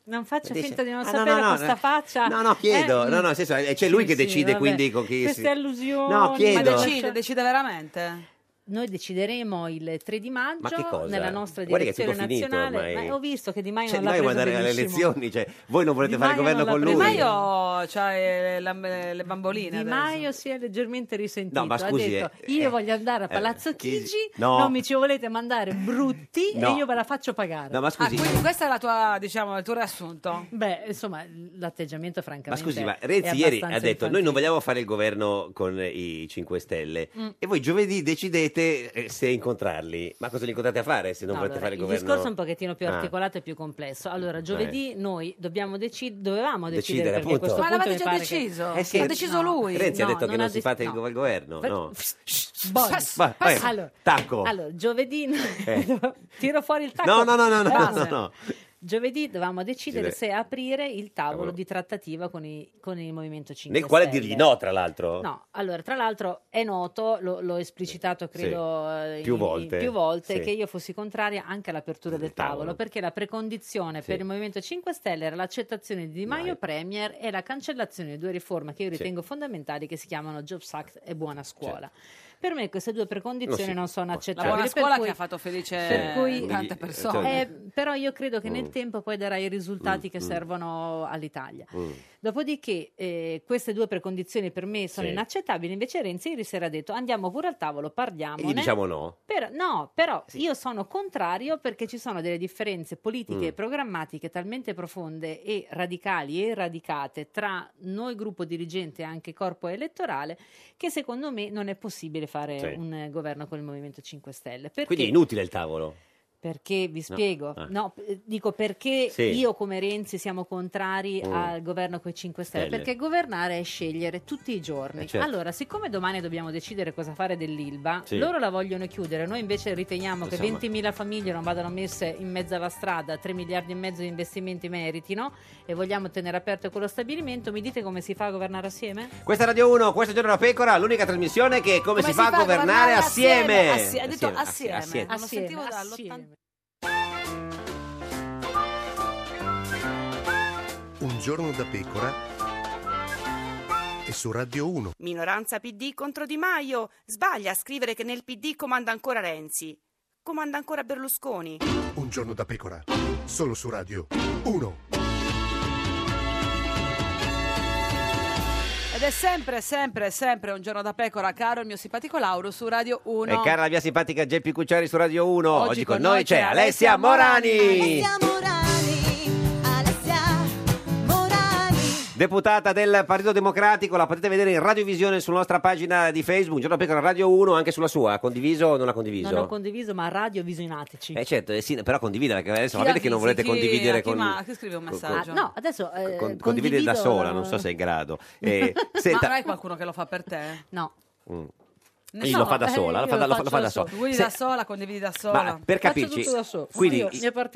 Non faccia Dice- finta di non Ah, no, sapere no, no, questa no. faccia. No, no, chiedo. Eh, No, no, nel senso, eh, c'è lui che decide, vabbè. quindi, con chi Queste si- allusioni. cioè- No, chiedo. Ma decide, decide veramente? Noi decideremo il 3 di Ma che maggio cosa? nella nostra Guardi che è direzione tutto finito nazionale. ormai. Ma ho visto che Di Maio Cioè, non l'ha noi preso guardare alle benissimo. elezioni, cioè, voi non volete Di fare il Maio governo con non l'ha lui. Di Maio c'ha eh, la- le, bamboline. Di adesso. Maio si è leggermente risentito. No, ma scusi, ha detto: eh, Io eh, voglio andare a Palazzo eh, Chigi, no. non mi ci volete mandare brutti No. e io ve la faccio pagare. No, ma scusi. Ah, quindi questo è la tua, diciamo, il tuo riassunto. Beh, insomma, l'atteggiamento Ma francamente. scusi, ma è Renzi ieri ha abbastanza detto noi infantile. non vogliamo fare il governo con i 5 Stelle Mm. e voi giovedì decidete eh, se incontrarli. Ma cosa li incontrate a fare se non No, allora, volete fare il il governo? discorso è un pochettino più Ah. Eh. articolato e più complesso. Allora, giovedì noi dobbiamo deci- dovevamo decidere, Decidere, perché appunto. a questo Ma punto l'avete mi già pare deciso? Che... Eh sì, L'ha deciso No. lui. Renzi ha No, detto che non ha si de- fa il no. go- il governo, no? Boy. Vai, vai, Allora, tacco. allora, giovedì Eh. tiro fuori il tacco. No, no, no, no, no, no, Basta. no. Giovedì dovevamo decidere Decidere. se aprire il tavolo Tavolo. di trattativa con, i- con il Movimento 5 Nel quale Stelle. dirgli no, tra l'altro. No, allora, tra l'altro è noto, lo, l'ho esplicitato credo eh, Più in- volte. più volte, Sì. che io fossi contraria anche all'apertura del tavolo, tavolo. perché la precondizione Sì. per il Movimento 5 Stelle era l'accettazione di Di Maio Premier e la cancellazione di due riforme che io Sì. ritengo fondamentali che si chiamano Jobs Act e Buona Scuola. Per me queste due precondizioni Non si non sono può. La accettabili. buona cioè, per scuola cui- che ha fatto felice per cui- tante persone. Eh, però io credo che cioè, Mm. nel tempo poi darà i risultati Mm, che mm. servono all'Italia. Mm. Dopodiché, eh, queste due precondizioni per me sono Sì. inaccettabili. Invece, Renzi ieri sera ha detto: andiamo pure al tavolo, E parliamo. gli diciamo no. Però- no, però io sono contrario perché ci sono delle differenze politiche Mm. e programmatiche talmente profonde e radicali e radicate tra noi gruppo dirigente e anche corpo elettorale che secondo me non è possibile fare Sì. un eh, governo con il Movimento 5 Stelle. Perché? Quindi è inutile il tavolo. Perché vi spiego, ah. no, eh, dico perché Sì. io come Renzi siamo contrari Mm. al governo con i 5 Stelle, Stelle. perché governare è scegliere tutti i giorni. Eh, certo. Allora, siccome domani dobbiamo decidere cosa fare dell'Ilva, Sì. loro la vogliono chiudere, noi invece riteniamo che Insomma. 20.000 famiglie non vadano messe in mezzo alla strada, 3 miliardi e mezzo di investimenti meritino e vogliamo tenere aperto quello stabilimento, mi dite come si fa a governare assieme? Questa è Radio 1, questo è Giorno della Pecora, l'unica trasmissione che come, si, fa a governare, assieme. Assi- ha detto assieme, assieme. non lo Assieme, sentivo dall'80 Un giorno da pecora e su Radio 1. Minoranza PD contro Di Maio. Sbaglia a scrivere che nel PD comanda ancora Renzi. Comanda ancora Berlusconi. Un giorno da pecora, solo su Radio 1. Ed è sempre, sempre, sempre un giorno da pecora, caro il mio simpatico Lauro su Radio 1. E Eh, cara la mia simpatica Geppi Cucciari su Radio 1, oggi, con noi c'è Alessia Alessia Morani. Alessia Morani, Alessia Morani, Deputata del Partito Democratico, la potete vedere in radiovisione sulla nostra pagina di Facebook, Giorno da Pecora Radio 1, anche sulla sua. Ha condiviso o non ha condiviso? Non ho condiviso, ma radio visionateci. eh certo, eh sì, però condividere, perché adesso Chi sapete che non volete avvisi, chi- condividere a chi con... ma- chi scrive un con- messaggio? Ah, no, adesso eh, con- condividere da condivido- sola, non so se è in grado. Eh, Ma senta, non hai qualcuno che lo fa per te? No. Mm. Ne Io so, lo fa da eh, sola, lo io fa da, lo fa- lo fa da sola. Tu Guidi Se- da sola, condividi da sola. Ma per capirci, quindi il-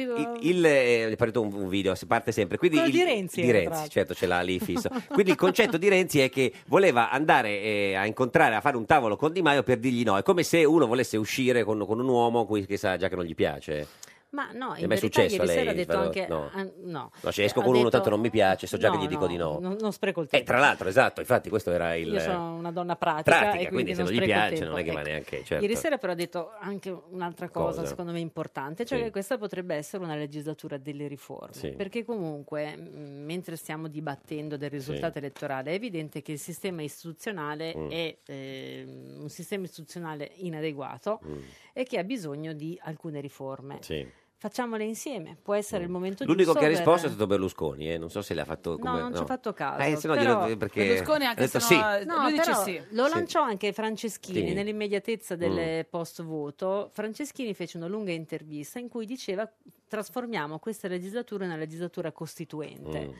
il, il, eh, è partito un, un video, si parte sempre. Quindi Quello il- di Renzi di era, Renzi, tra l'altro. certo, ce l'ha lì fisso. Quindi il concetto di Renzi è che voleva andare eh, a incontrare, a fare un tavolo con Di Maio per dirgli no. È come se uno volesse uscire con, con un uomo cui- che sa già che non gli piace. Ma no, È in mai verità successo ieri a lei, sera ha detto Svaldo? anche... No. ah, no. No, se esco Ha con uno, detto- tanto non mi piace, so già che no, gli dico di no. Non, non spreco il Eh, tempo. tra l'altro, esatto, infatti questo era il... Io sono una donna pratica, pratica, e quindi, quindi, se non gli spreco il piace tempo. non è che va Ecco. neanche... Certo. Ieri sera però ha detto anche un'altra cosa, Cosa? secondo me importante, cioè Sì. che questa potrebbe essere una legislatura delle riforme, Sì. perché comunque mh, mentre stiamo dibattendo del risultato Sì. elettorale è evidente che il sistema istituzionale Mm. è ehm, un sistema istituzionale inadeguato Mm. e che ha bisogno di alcune riforme. Sì. Facciamole insieme, può essere il momento Mm. L'unico Cioè, giusto che ha per- risposto è stato Berlusconi, eh, non so se l'ha fatto come... No, non ci ho fatto caso. Eh, se no però- glielo- perché ha detto sì. No, eh, lui dice però sì. Lo Sì. lanciò anche Franceschini Sì. Mm. nell'immediatezza del post voto. Franceschini fece una lunga intervista in cui diceva trasformiamo questa legislatura in una legislatura costituente. Mm.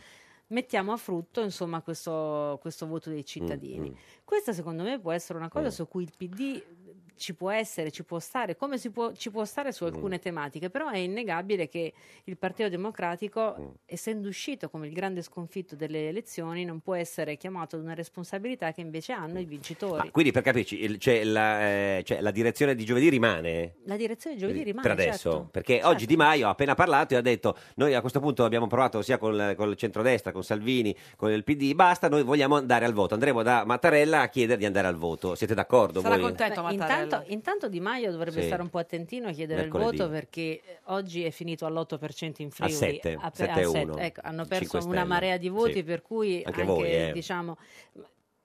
Mettiamo a frutto insomma, questo, questo voto dei cittadini. Questa secondo me può essere una cosa Mm. su cui il PD ci può essere, ci può stare, come si può, ci può stare su alcune Mm. tematiche, però è innegabile che il Partito Democratico, Mm. essendo uscito come il grande sconfitto delle elezioni, non può essere chiamato ad una responsabilità che invece hanno i Mm. vincitori. Ma quindi per capirci, il- c'è la, eh, c'è la direzione di giovedì rimane? La direzione di giovedì rimane per adesso, certo. perché oggi Di Maio ha appena parlato e ha detto noi a questo punto abbiamo provato sia col, col centrodestra, con Salvini, con il PD, basta, noi vogliamo andare al voto, andremo da Mattarella a chiedere di andare al voto, siete d'accordo? voi? Beh, intanto, intanto Di Maio dovrebbe Sì. stare un po' attentino a chiedere Mercoledì. il voto perché eh, oggi è finito all'8% in Friuli. sette, a- a sette e sette. uno. Ecco, hanno Cinque perso Stelle. una marea di voti Sì. per cui Anche voi, eh. diciamo,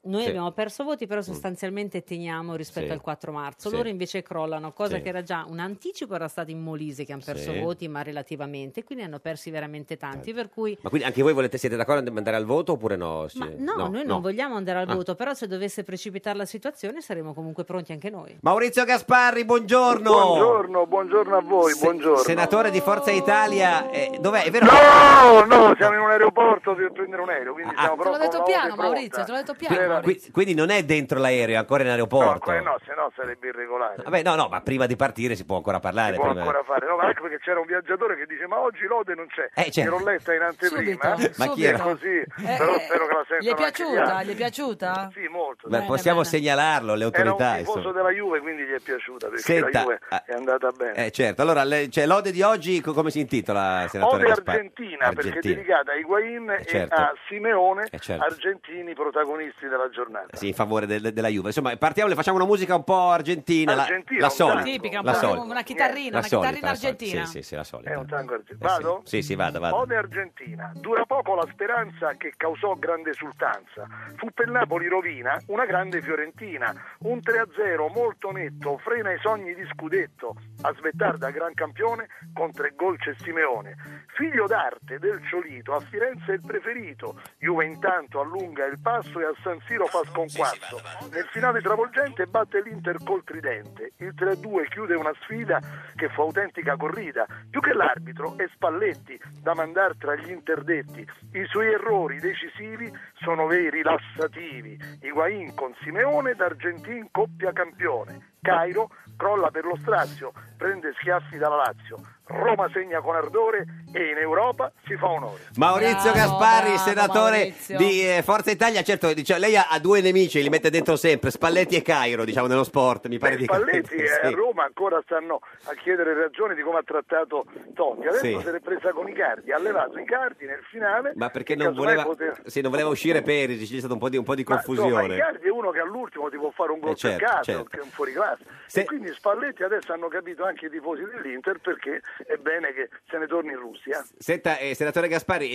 noi Sì. Mm. abbiamo perso voti però sostanzialmente teniamo rispetto Sì. al 4 marzo. Sì. Loro invece crollano, cosa Sì. che era già un anticipo era stato in Molise che hanno perso Sì. voti ma relativamente, quindi hanno persi veramente tanti. Per cui Ma quindi anche voi volete, siete d'accordo di andare al voto oppure no? Sì. Ma no, noi non no. vogliamo andare al Ah. voto, però se dovesse precipitare la situazione saremo comunque pronti anche noi. Maurizio Gasparri, buongiorno! Buongiorno, buongiorno a voi, buongiorno. Senatore di Forza Italia, eh, dov'è? È vero? No, no, siamo in un aeroporto per prendere un aereo, Ah. quindi siamo Te l'ho proprio detto con piano, la ode Maurizio, te l'ho detto piano. Era- Qui- quindi non è dentro l'aereo, è ancora in pronta. No, aeroporto. ancora no, se no sarebbe irregolare. Vabbè, no, no, ma prima di partire si può ancora parlare. Si può prima- ancora fare. No, ma ecco perché c'era un viaggiatore che dice ma oggi l'Ode non c'è. Eh, certo. Che l'ho letta in anteprima. Subito, Ma chi era? E Così, però spero che la Eh, sentano Gli è anche gli piaciuta? altri. Gli è piaciuta? Sì, molto. Ma possiamo segnalarlo alle Era un autorità. tifoso insomma. della Juve, quindi gli è piaciuta, perché Senta, la Juve ah, è andata bene. Eh, certo, allora le- cioè, l'ode di oggi co- come si intitola, senatore Ode Gasparri? Argentina, perché è Argentina. dedicata a Higuain certo. e a Simeone, Eh, certo. argentini protagonisti della giornata. Sì, in favore del- della Juve. Insomma, partiamo, le facciamo una musica un po' argentina, la- Argentina, la, un Eh, solita. tango. Tipica, un la po' solita. una chitarrina, La una solita, chitarrina la solita. argentina. Sì, sì, sì, la solita. Eh, È un tango argentino. Eh, Vado? Sì, sì, vada, vada. Ode Argentina. Dura poco la speranza che causò grande esultanza. Fu per Napoli rovina una grande Fiorentina. Un 3-0 molto netto frena i sogni di Scudetto. A svettar da gran campione con tre gol c'è Simeone. Figlio d'arte del Ciolito, a Firenze il preferito. Juve intanto allunga il passo e al San Siro fa sconquasso. Nel finale travolgente batte l'Inter col tridente. Il 3-2 chiude una sfida che fu autentica corrida. Più che l'arbitro è Spalletti da mandare tra gli interdetti. I suoi errori decisivi sono veri lassativi. Higuain con Simeone d'Argentin coppia campione. Cairo crolla per lo strazio, prende schiaffi dalla Lazio. Roma segna con ardore e in Europa si fa onore. Maurizio Bravo, Gasparri, bravo, senatore Maurizio. di eh, Forza Italia, certo, diciamo, lei ha, ha due nemici, li mette dentro sempre, Spalletti e Cairo, diciamo, nello sport, mi pare Beh, di Spalletti capire, eh, sì. a Roma ancora stanno a chiedere ragioni di come ha trattato Totti. Adesso Sì. se l'è presa con i cardi, ha levato i cardi nel finale. Ma perché e non casomai voleva, poteva- sì, non voleva uscire Perisic, c'è stata un po' di, un po' di Insomma, confusione. Icardi è uno che all'ultimo ti può fare un gol Eh, certo, per caso, certo. che è un fuoriclasse. E quindi Spalletti adesso hanno capito anche i tifosi dell'Inter perché è bene che se ne torni in Russia. Senta, eh, senatore Gasparri,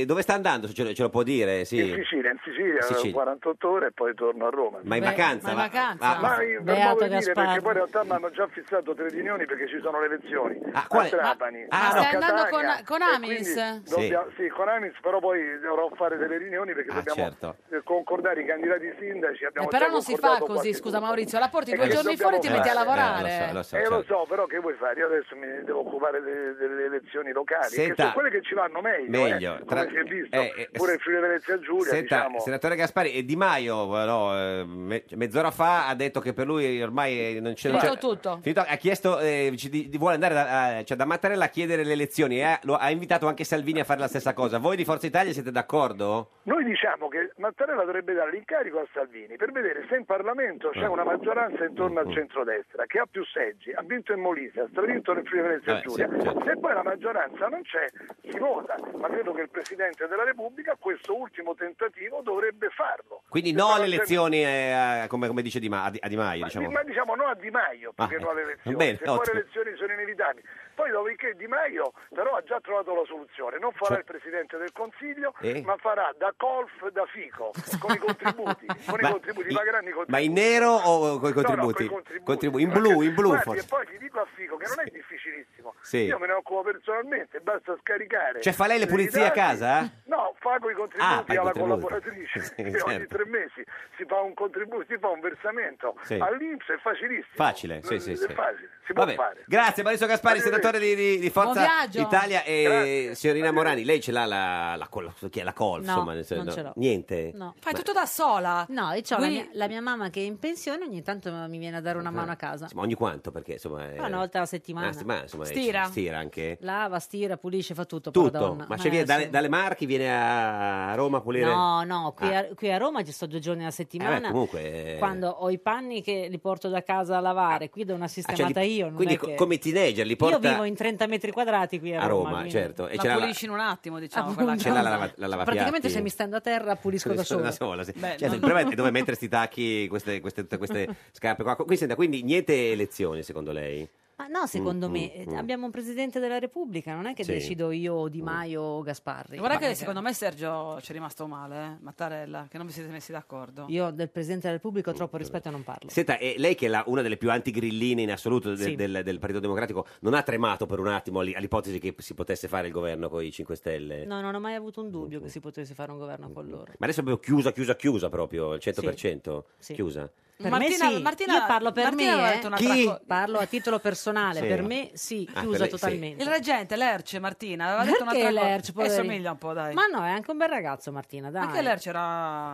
eh, dove sta andando? Se Ce lo, ce lo può dire? Sì. In Sicilia, in Sicilia, Sicilia. 48 ore e poi torno a Roma. Ma in Beh, vacanza, ma in va- vacanza? ah, Ma ah. io, per Beato modo di dire, Gasparri. perché poi in realtà mi hanno già fissato tre riunioni perché ci sono le elezioni quale? a Trapani. Ah, a no. Stai andando Catania, con- Eh, con e Amiris? quindi Sì. dobbia- sì. con Amiris, però poi dovrò fare delle riunioni perché dobbiamo certo. eh, concordare i candidati sindaci. Abbiamo Eh, però già non si fa concordato così, qualche scusa cosa. Maurizio, la porti Eh, due che giorni dobbiamo fuori e ti metti a fare? eh, lavorare. Eh, lo certo. so, però che vuoi fare? Io adesso mi devo occupare de- delle elezioni locali, che Senta- sono quelle che ci vanno meglio, Meglio. eh, Tra- come si è visto, eh, eh, pure il Friuli Venezia Giulia, Senta, diciamo. senatore Gasparri, e Di Maio però, eh, me- mezz'ora fa ha detto che per lui ormai eh, non c'è... Finito non c'è- tutto. Finito- ha chiesto, eh, ci- di, di- vuole andare da, a- cioè, da Mattarella a chiedere le elezioni e ha, lo- ha invitato anche Salvini a fare la stessa cosa. Voi di Forza Italia siete d'accordo? Noi diciamo che Mattarella dovrebbe dare l'incarico a Salvini per vedere se in Parlamento c'è una maggioranza intorno al centrodestra che ha più seggi, ha vinto in Molise, ha stravinto nel Friuli Venezia Vabbè, Giulia. sì, certo. Se poi la maggioranza non c'è, si vota, ma credo che il Presidente della Repubblica questo ultimo tentativo dovrebbe farlo. Quindi Se no però alle c'è- elezioni, eh, a- come, come dice Di, Ma- a Di- a Di Maio. Di- Diciamo. Ma diciamo no a Di Maio perché Ah, no alle elezioni, bene, se poi ottimo. le elezioni sono inevitabili. Poi dopodiché Di Maio però ha già trovato la soluzione, non farà Cioè- il Presidente del Consiglio Eh? ma farà da colf da fico, con i contributi, con i Ma- contributi, i- pagheranno i contributi. Ma in nero o con i No, no, contributi? coi contributi. Contribu- in Perché- blu, in blu guardi, forse. E poi ti dico a Fico che non è difficilissimo. Sì. Io me ne occupo personalmente, basta scaricare. Cioè, fa lei le i pulizie a dati. casa? eh? No, fa con i contributi Ah, fa i alla contributi. collaboratrice. Sì, che Ogni certo. tre mesi si fa un contributo, si fa un versamento. Sì. All'Inps è facilissimo. Facile, sì, sì, È sì. facile, si Vabbè. può fare. Grazie Maurizio Gasparri, Arrivederci. senatore di, di- di Forza Buon viaggio. Italia e signorina Morani. Lei ce l'ha la, la col, chi è la col, No, insomma, nel senso- non ce l'ho. niente. No. Fai tutto da sola. No, e c'ho Quindi- la, mia, la mia mamma che è in pensione ogni tanto mi viene a dare Eh, una mano a casa. Insomma, ogni quanto perché insomma è- Fa una volta alla settimana. Una settimana, eh, insomma, Stira. ci- stira anche. Lava, stira, pulisce, fa tutto. Tutto, Madonna. ma c'è Eh, via dalle, sì. dalle Marchi viene a Roma a pulire. No, no, qui, Ah. a, qui a Roma ci sto due giorni alla Eh, settimana. beh, comunque eh, Quando ho i panni che li porto da casa a lavare, qui do una ah, cioè, sistemata li- io. non quindi è co- che- come teenager li porta Io vivo in 30 metri quadrati qui a, a Roma, quindi- certo, e La ce l'ha la- pulisci in un attimo, diciamo. Appunto. quella ce l'ha la, cosa. lava- la lavapiatti. Praticamente se mi stendo a terra pulisco da Sono sola. sola, sì. Beh, Certo, non- il problema è dove mettere sti tacchi, queste, queste- tutte queste scarpe qua. Qui, senta, quindi niente elezioni secondo lei? Ma no, secondo Mm, me, mm, eh, mm. abbiamo un presidente della Repubblica, non è che Sì. Mm. decido io o Di Maio o Gasparri. Guarda Ma- che secondo me Sergio ci è rimasto male, eh, Mattarella, che non vi siete messi d'accordo. Io del presidente della Repubblica ho troppo rispetto e non parlo. Senta, e lei che è la- una delle più antigrilline in assoluto de- Sì. del, del Partito Democratico, non ha tremato per un attimo all'i- all'ipotesi che si potesse fare il governo con i 5 Stelle? No, non ho mai Mm, avuto un dubbio che si potesse fare un governo con loro. Ma adesso è proprio chiusa, chiusa, chiusa proprio, al 100%? Sì. Chiusa? Per Martina- me sì. Martina- Io parlo per Martina aveva me, eh. detto un'altra Chi? co- parlo a titolo personale, Sì. per me sì, Ah, per chiusa lei sì. totalmente. Il reggente, Lerce, Martina, aveva detto Perché un'altra cosa. Lerch, Eh, poverino? somiglia un po', dai. Ma no, è anche un bel ragazzo Martina, dai. Anche Lerce era...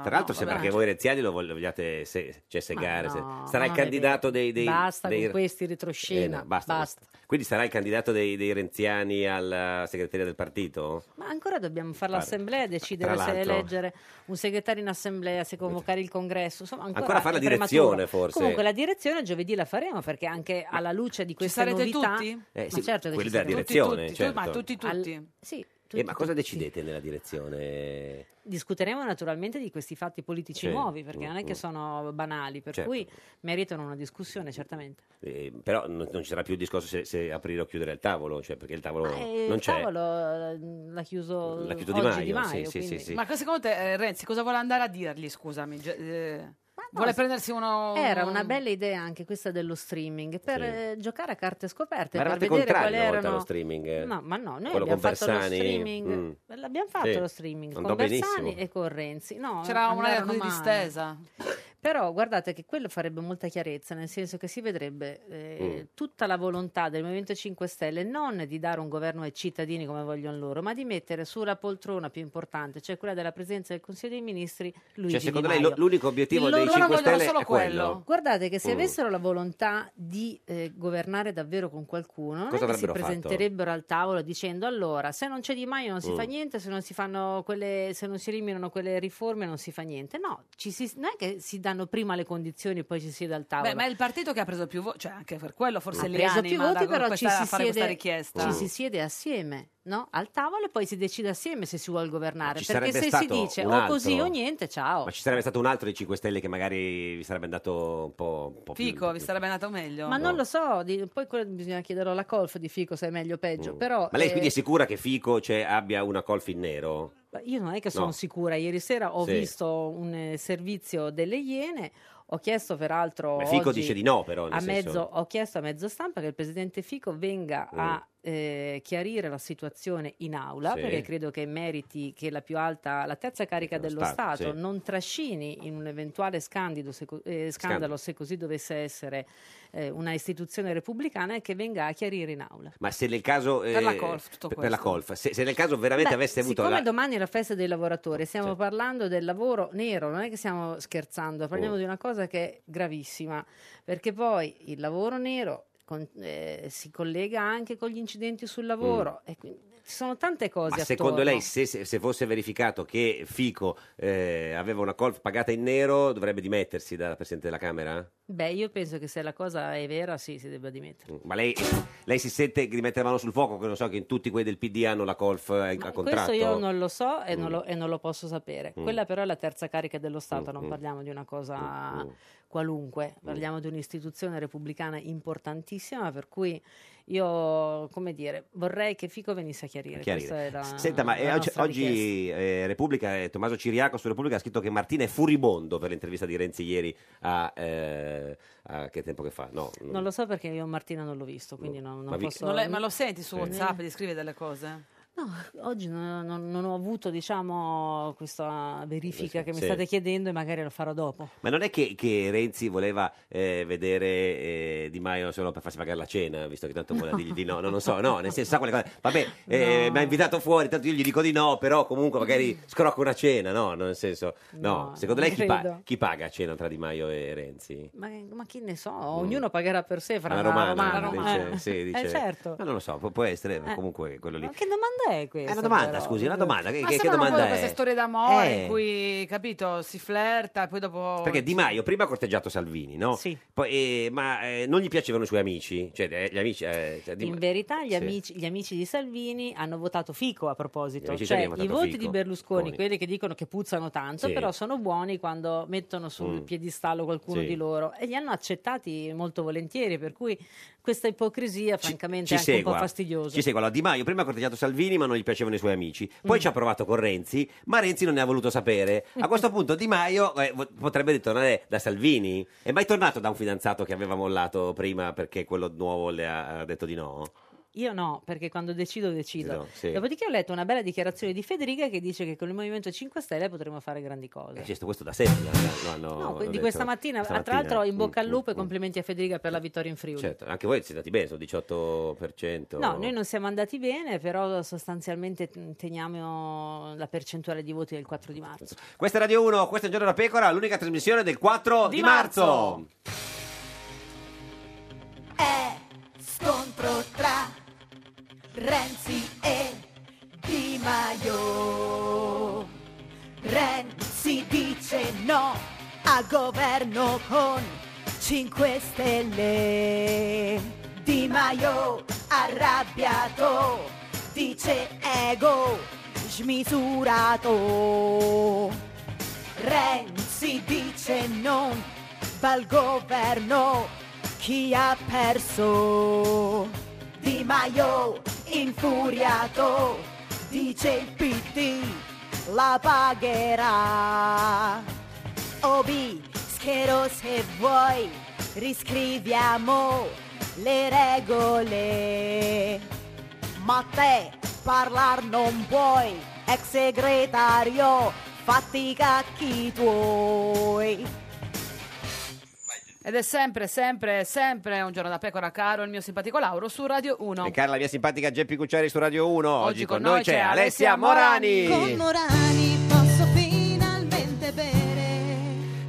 Tra l'altro no, sembra vabbè. che voi reziani lo vogl- vogliate se- cioè, segare. se- sarà non il è candidato vero. dei, dei... Basta dei- con questi Eh, retroscena, no, basta, basta. basta. Quindi sarà il candidato dei, dei renziani alla segreteria del partito? Eh, Ma ancora dobbiamo fare Guarda, l'assemblea e decidere tra se l'altro- eleggere un segretario in assemblea, se convocare il congresso. Insomma, ancora, Ancora fare la è prematuro. direzione, forse. Comunque la direzione giovedì la faremo perché anche alla luce di queste sarete novità... tutti? Eh, Ma sì, certo che quelli ci della saremo. direzione, Tutti, certo. tutti, ma tutti, tutti. Al- Sì, Eh, tutti, ma cosa tutti. decidete nella direzione? Discuteremo naturalmente di questi fatti politici Sì. nuovi perché non è Mm, mm. che sono banali, per Certo. cui meritano una discussione certamente. Eh, però non, non ci sarà più il discorso se, se aprire o chiudere il tavolo, cioè perché il tavolo Eh, non il c'è. tavolo eh, l'ha chiuso, L'ha chiuso Di oggi Maio, sì, sì, quindi. sì, sì. Ma secondo te, eh, Renzi, cosa vuole andare a dirgli, scusami? Ge- eh, Vuole prendersi uno... Era Mm. una bella idea anche questa dello streaming per eh, giocare a carte scoperte, per Ma eravate vedere contrari quali una volta erano. allo streaming? eh? No, ma no, noi Quello abbiamo con fatto lo Bersani? streaming. Mm. L'abbiamo fatto Sì. lo streaming Andò con benissimo. Bersani e con Renzi. No, C'era una andarono così male. distesa. Però guardate che quello farebbe molta chiarezza, nel senso che si vedrebbe eh, Mm. tutta la volontà del Movimento 5 Stelle non di dare un governo ai cittadini come vogliono loro, ma di mettere sulla poltrona più importante, cioè quella della presidenza del Consiglio dei Ministri, Luigi Cioè, secondo Di lei Maio. lo- l'unico obiettivo Il dei loro- 5 Stelle è quello? Guardate che se Mm. avessero la volontà di eh, governare davvero con qualcuno, non Cosa è che si avrebbero fatto? presenterebbero al tavolo dicendo allora, se non c'è Di Maio non si Mm. fa niente, se non si fanno quelle se non si eliminano quelle riforme non si fa niente. No, ci si- non è che si danno prima le condizioni e poi ci si siede al tavolo. Beh, ma è il partito che ha preso più voti, cioè anche per quello forse ha li preso più anima da- voti, con però questa- ci si, a fare questa siede, richiesta. ci si siede assieme no? al tavolo e poi si decide assieme se si vuole governare. Ci Perché sarebbe se si stato dice un o così altro- o niente, ciao. Ma ci sarebbe stato un altro dei 5 Stelle che magari vi sarebbe andato un po', un po' più... Fico, vi sarebbe andato meglio. Ma non lo so, di- poi quello bisogna chiederlo alla Colf di Fico se è meglio o peggio. Però, Mm. Ma lei eh, quindi è sicura che Fico cioè, abbia una colf in nero? eh, io non è che sono No. sicura, ieri sera ho Sì. visto un eh, servizio delle Iene, ho chiesto peraltro... Beh, Fico oggi dice di no, però, nel a senso- mezzo- Ho chiesto a mezzo stampa che il presidente Fico venga Mm. a eh, chiarire la situazione in aula, Sì. perché credo che meriti che la più alta, la terza carica dello Stato, Stato, sì. non trascini in un eventuale scandido se co- eh, Scandalo. scandalo, se così dovesse essere eh, una istituzione repubblicana e che venga a chiarire in aula. Ma se nel caso... eh, Per la colf, tutto per questo. la colf. Se, se nel caso veramente Beh, avesse avuto siccome la... Certo. domani è la festa dei lavoratori, stiamo parlando del lavoro nero, non è che stiamo scherzando, parliamo Mm. di una cosa che è gravissima, perché poi il lavoro nero con- eh, si collega anche con gli incidenti sul lavoro, e quindi ci sono tante cose Mm. Ma attorno. secondo lei se, se- se fosse verificato che Fico eh, aveva una colf pagata in nero dovrebbe dimettersi dalla Presidente della Camera? Beh, io penso che se la cosa è vera, sì, si debba dimettere. Mm, Ma lei, lei si sente di mettere mano sul fuoco? Che non so che in tutti quelli del PD hanno la colf eh, a contratto? Questo io non lo so e, non, Mm. lo, e non lo posso sapere. Mm. Quella però è la terza carica dello Stato, Mm, non mm. parliamo di una cosa qualunque, parliamo di un'istituzione repubblicana importantissima per cui io, come dire, vorrei che Fico venisse a chiarire. Chiarire. Questa è la- Senta, ma eh, la oggi, nostra richiesta. oggi, eh, Repubblica, eh, Tommaso Ciriaco su Repubblica ha scritto che Martina è furibondo per l'intervista di Renzi ieri a, eh, a che tempo che fa? No, no. Non lo so perché io Martina non l'ho visto, quindi non, Ma non vi- posso... Non le- ma lo senti su Sì. WhatsApp, gli scrivi delle cose? Oggi non, non- non ho avuto, diciamo, questa verifica che mi Sì. state chiedendo e magari lo farò dopo. Ma non è che, che Renzi voleva eh, vedere eh, Di Maio solo per farsi pagare la cena, visto che tanto voleva dirgli di no, no, non so, no, nel senso sa quelle cose. Vabbè, eh, mi ha invitato fuori, tanto io gli dico di no, però comunque magari scrocco una cena, no, no, nel senso, no. Mm. No, Secondo non lei chi, pa- credo. chi paga a cena tra Di Maio e Renzi? Ma, ma chi ne so, ognuno pagherà per sé fra La una Mm. romana, romana. dice, Eh. sì, dice- Eh, certo. Ma non lo so, può, può essere Eh. comunque quello lì. Ma che domanda è questa? È una domanda, però? scusi, è una domanda. Che, Ma che- che sembrano un po' domanda queste è? storie d'amore Eh. in cui, capito, si flirta e poi dopo... Perché Di Maio prima ha corteggiato Salvini, no? Poi, eh, ma eh, non gli piacevano i suoi amici? Cioè, eh, gli amici... eh, cioè, Di- In verità gli, sì. amici, gli amici di Salvini hanno votato Fico a Gli proposito, amici di cioè Salvini hanno i votato voti Fico. di Berlusconi, Buoni. quelli che dicono che puzzano tanto, Sì. però sono buoni quando mettono sul Mm. piedistallo qualcuno Sì. di loro e li hanno accettati molto volentieri, per cui questa ipocrisia francamente Ci è anche segua, ecco, un po' fastidiosa. ci segua. Allora, Di Maio prima ha corteggiato Salvini ma non gli piacevano i suoi amici, Mm. poi ci ha provato con Renzi ma Renzi non ne ha voluto sapere. A questo punto Di Maio eh, vo- potrebbe ritornare da Salvini. È mai tornato da un fidanzato che aveva mollato prima perché quello nuovo le ha, ha detto di no? Io no, perché quando decido decido. No, sì. Dopodiché ho letto una bella dichiarazione di Federica che dice che con il Movimento 5 Stelle potremo fare grandi cose. Ha chiesto questo da sempre. No, no, No, hanno di detto- questa mattina, ah, questa tra l'altro in Mm, bocca al mm, lupo e mm. complimenti a Federica per la vittoria in Friuli. Certo, anche voi siete andati bene, sono 18%. No, noi non siamo andati bene, però sostanzialmente mm, teniamo la percentuale di voti del 4 di marzo. Questa è Radio 1, questo è Il Giorno della Pecora, l'unica trasmissione del 4 di, Di marzo. marzo. Scontro tra Renzi e Di Maio. Renzi dice no al governo con 5 Stelle. Di Maio arrabbiato dice ego smisurato. Renzi dice non dal governo chi ha perso. Di Maio infuriato dice il PD la pagherà. Obi Zucchero se vuoi, riscriviamo le regole. Ma te parlar non puoi, ex segretario, fatti i cacchi tuoi. Ed è sempre, sempre, sempre un giorno da pecora, caro il mio simpatico Lauro su Radio 1. E cara la mia simpatica Geppi Cucciari su Radio 1. Oggi, con noi c'è Alessia Con Morani posso finalmente bere.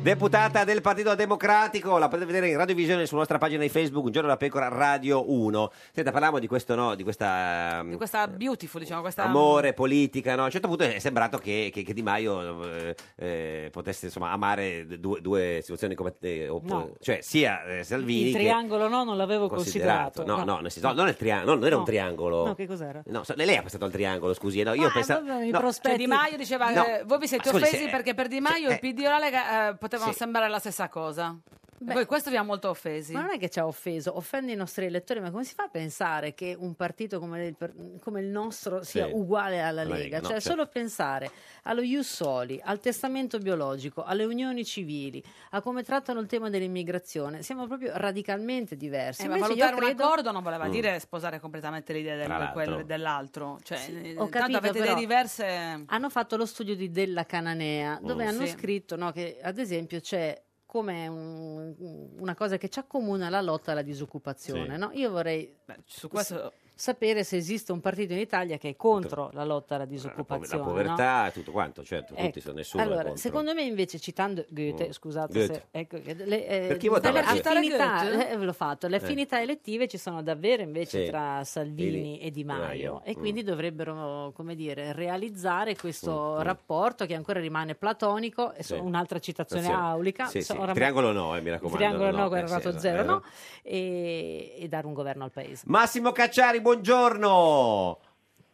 Deputata del Partito Democratico, la potete vedere in radiovisione sulla nostra pagina di Facebook, Un giorno da pecora Radio 1. Senta, parliamo di questo, no, di questa Di ehm, questa beautiful, diciamo, questa... amore politica, no? A un certo punto è sembrato che, che- che Di Maio eh, eh, potesse insomma amare due, due situazioni come eh, oppo- No. cioè sia eh, Salvini Il che triangolo no, non l'avevo considerato. No, no, nel senso- no, non è il triangolo, non era No. un triangolo. No, che Ah, cos'era? No, so- lei ha pensato al triangolo, scusi. eh, No, io pensavo i no, prospetti- Cioè, Di Maio diceva, No. eh, voi vi siete Ma scusi, offesi se- perché per Di Maio se- il PD e la Lega eh, potevano sì. sembrare la stessa cosa. E Voi questo vi ha molto offesi. Ma non è che ci ha offeso, offende i nostri elettori, ma come si fa a pensare che un partito come il, per- come il nostro sia Sì. uguale alla Alla Lega, Lega? no, cioè, certo. solo pensare allo Ius Soli, al testamento biologico, alle unioni civili, a come trattano il tema dell'immigrazione, siamo proprio radicalmente diversi. Eh, ma Invece io valutare un credo- accordo non voleva Mm. dire sposare completamente l'idea del- Tra l'altro. quel- dell'altro. Cioè, eh, Ho tanto capito, avete però, delle diverse... Hanno fatto lo studio di Della Cananea, dove Mm. Oh, hanno Sì. scritto no, che, ad esempio, c'è come un- una cosa che ci accomuna la lotta alla disoccupazione. Sì. no? Io vorrei su questo- s- sapere se esiste un partito in Italia che è contro la lotta alla la disoccupazione. povertà e tutto quanto, certo, no? tutti Ecco, sono nessuno è allora, contro. secondo me invece citando Goethe, Mm. scusate, Goethe. se- ecco, che le, eh, Per chi votava delle Goethe? affinità, Goethe? eh, l'ho fatto, le Eh. affinità elettive ci sono davvero invece Sì. tra Salvini Sì. e Di Maio Eh, Maio. e Mm. quindi dovrebbero, come dire, realizzare questo Mm, mm. rapporto che ancora rimane platonico, e so- Sì. un'altra citazione Sì. aulica, Sì, so- sì. oramai- Triangolo no, eh, mi raccomando. triangolo no, eh, sì, quadrato no, zero eh, no, e, e dare un governo al paese. Massimo Cacciari, buongiorno.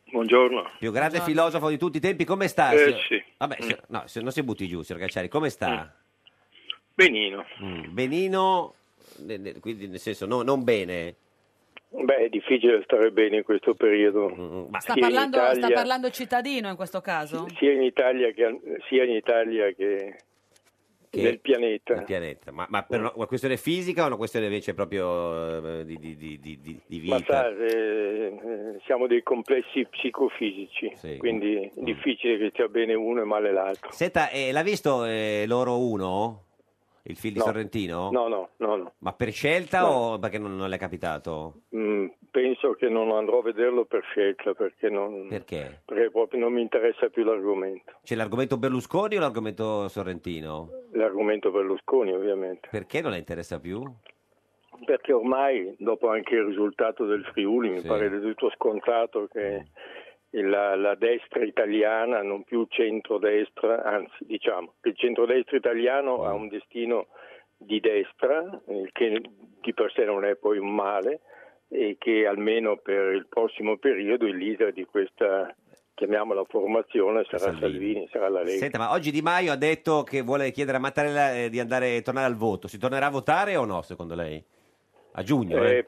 Buongiorno. Più grande Buongiorno. filosofo di tutti i tempi, come sta? Eh, signor- sì. Vabbè, signor- no, se- non si butti giù, signor Cacciari, come sta? Mm. Benino. Mm, Benino, ne- ne- quindi nel senso no- non bene. Beh, è difficile stare bene in questo periodo. Mm, Sta sia, parlando, in sta Italia, parlando cittadino in questo caso? sia in Italia che, sia in Italia che nel pianeta. Nel pianeta. Ma, ma Mm. per una- una questione fisica o una questione invece proprio eh, di, di- di- di- di- di vita? Ma sa, eh, eh, siamo dei complessi psicofisici, quindi Mm. è difficile che stia bene uno e male l'altro. Senta, eh, l'ha visto eh, Loro 1? Il film di No. Sorrentino? No, no, no, no. Ma per scelta No. o perché non, non le è capitato? Mm, penso che non andrò a vederlo per scelta, perché, non, Perché? perché proprio non mi interessa più l'argomento. C'è l'argomento Berlusconi o l'argomento Sorrentino? L'argomento Berlusconi, ovviamente. Perché non le interessa più? Perché ormai, dopo anche il risultato del Friuli, mi pare del tutto scontato che la, la destra italiana, non più centrodestra, anzi diciamo che il centrodestra italiano ha un destino di destra, il che di per sé non è poi un male, e che almeno per il prossimo periodo il leader di questa, chiamiamola formazione, sarà Salvini, sarà la Lega. Senta, ma oggi Di Maio ha detto che vuole chiedere a Mattarella eh, di andare, tornare al voto. Si tornerà a votare o no, secondo lei? A giugno, eh? Eh,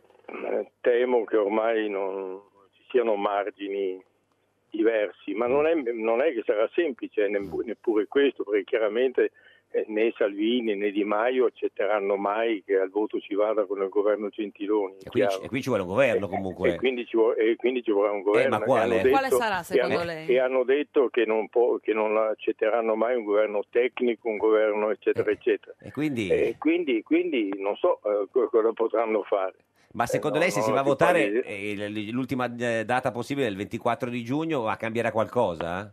eh, temo che ormai non ci siano margini diversi, ma non è, non è che sarà semplice ne- neppure questo, perché chiaramente eh, né Salvini né Di Maio accetteranno mai che al voto si vada con il governo Gentiloni. E, qui, ci- e qui ci vuole un governo E comunque. quindi, ci vuo- e quindi ci vorrà un governo. Eh, ma quale? E hanno Quale sarà, secondo e hanno- lei? E hanno detto che non, può- che non accetteranno mai un governo tecnico, un governo eccetera eccetera. Eh, E quindi, E quindi, quindi non so eh, co- cosa potranno fare. ma secondo eh, no, lei se no, si va a più votare eh, il- l'ultima eh, data possibile è il 24 di giugno, ma cambierà qualcosa?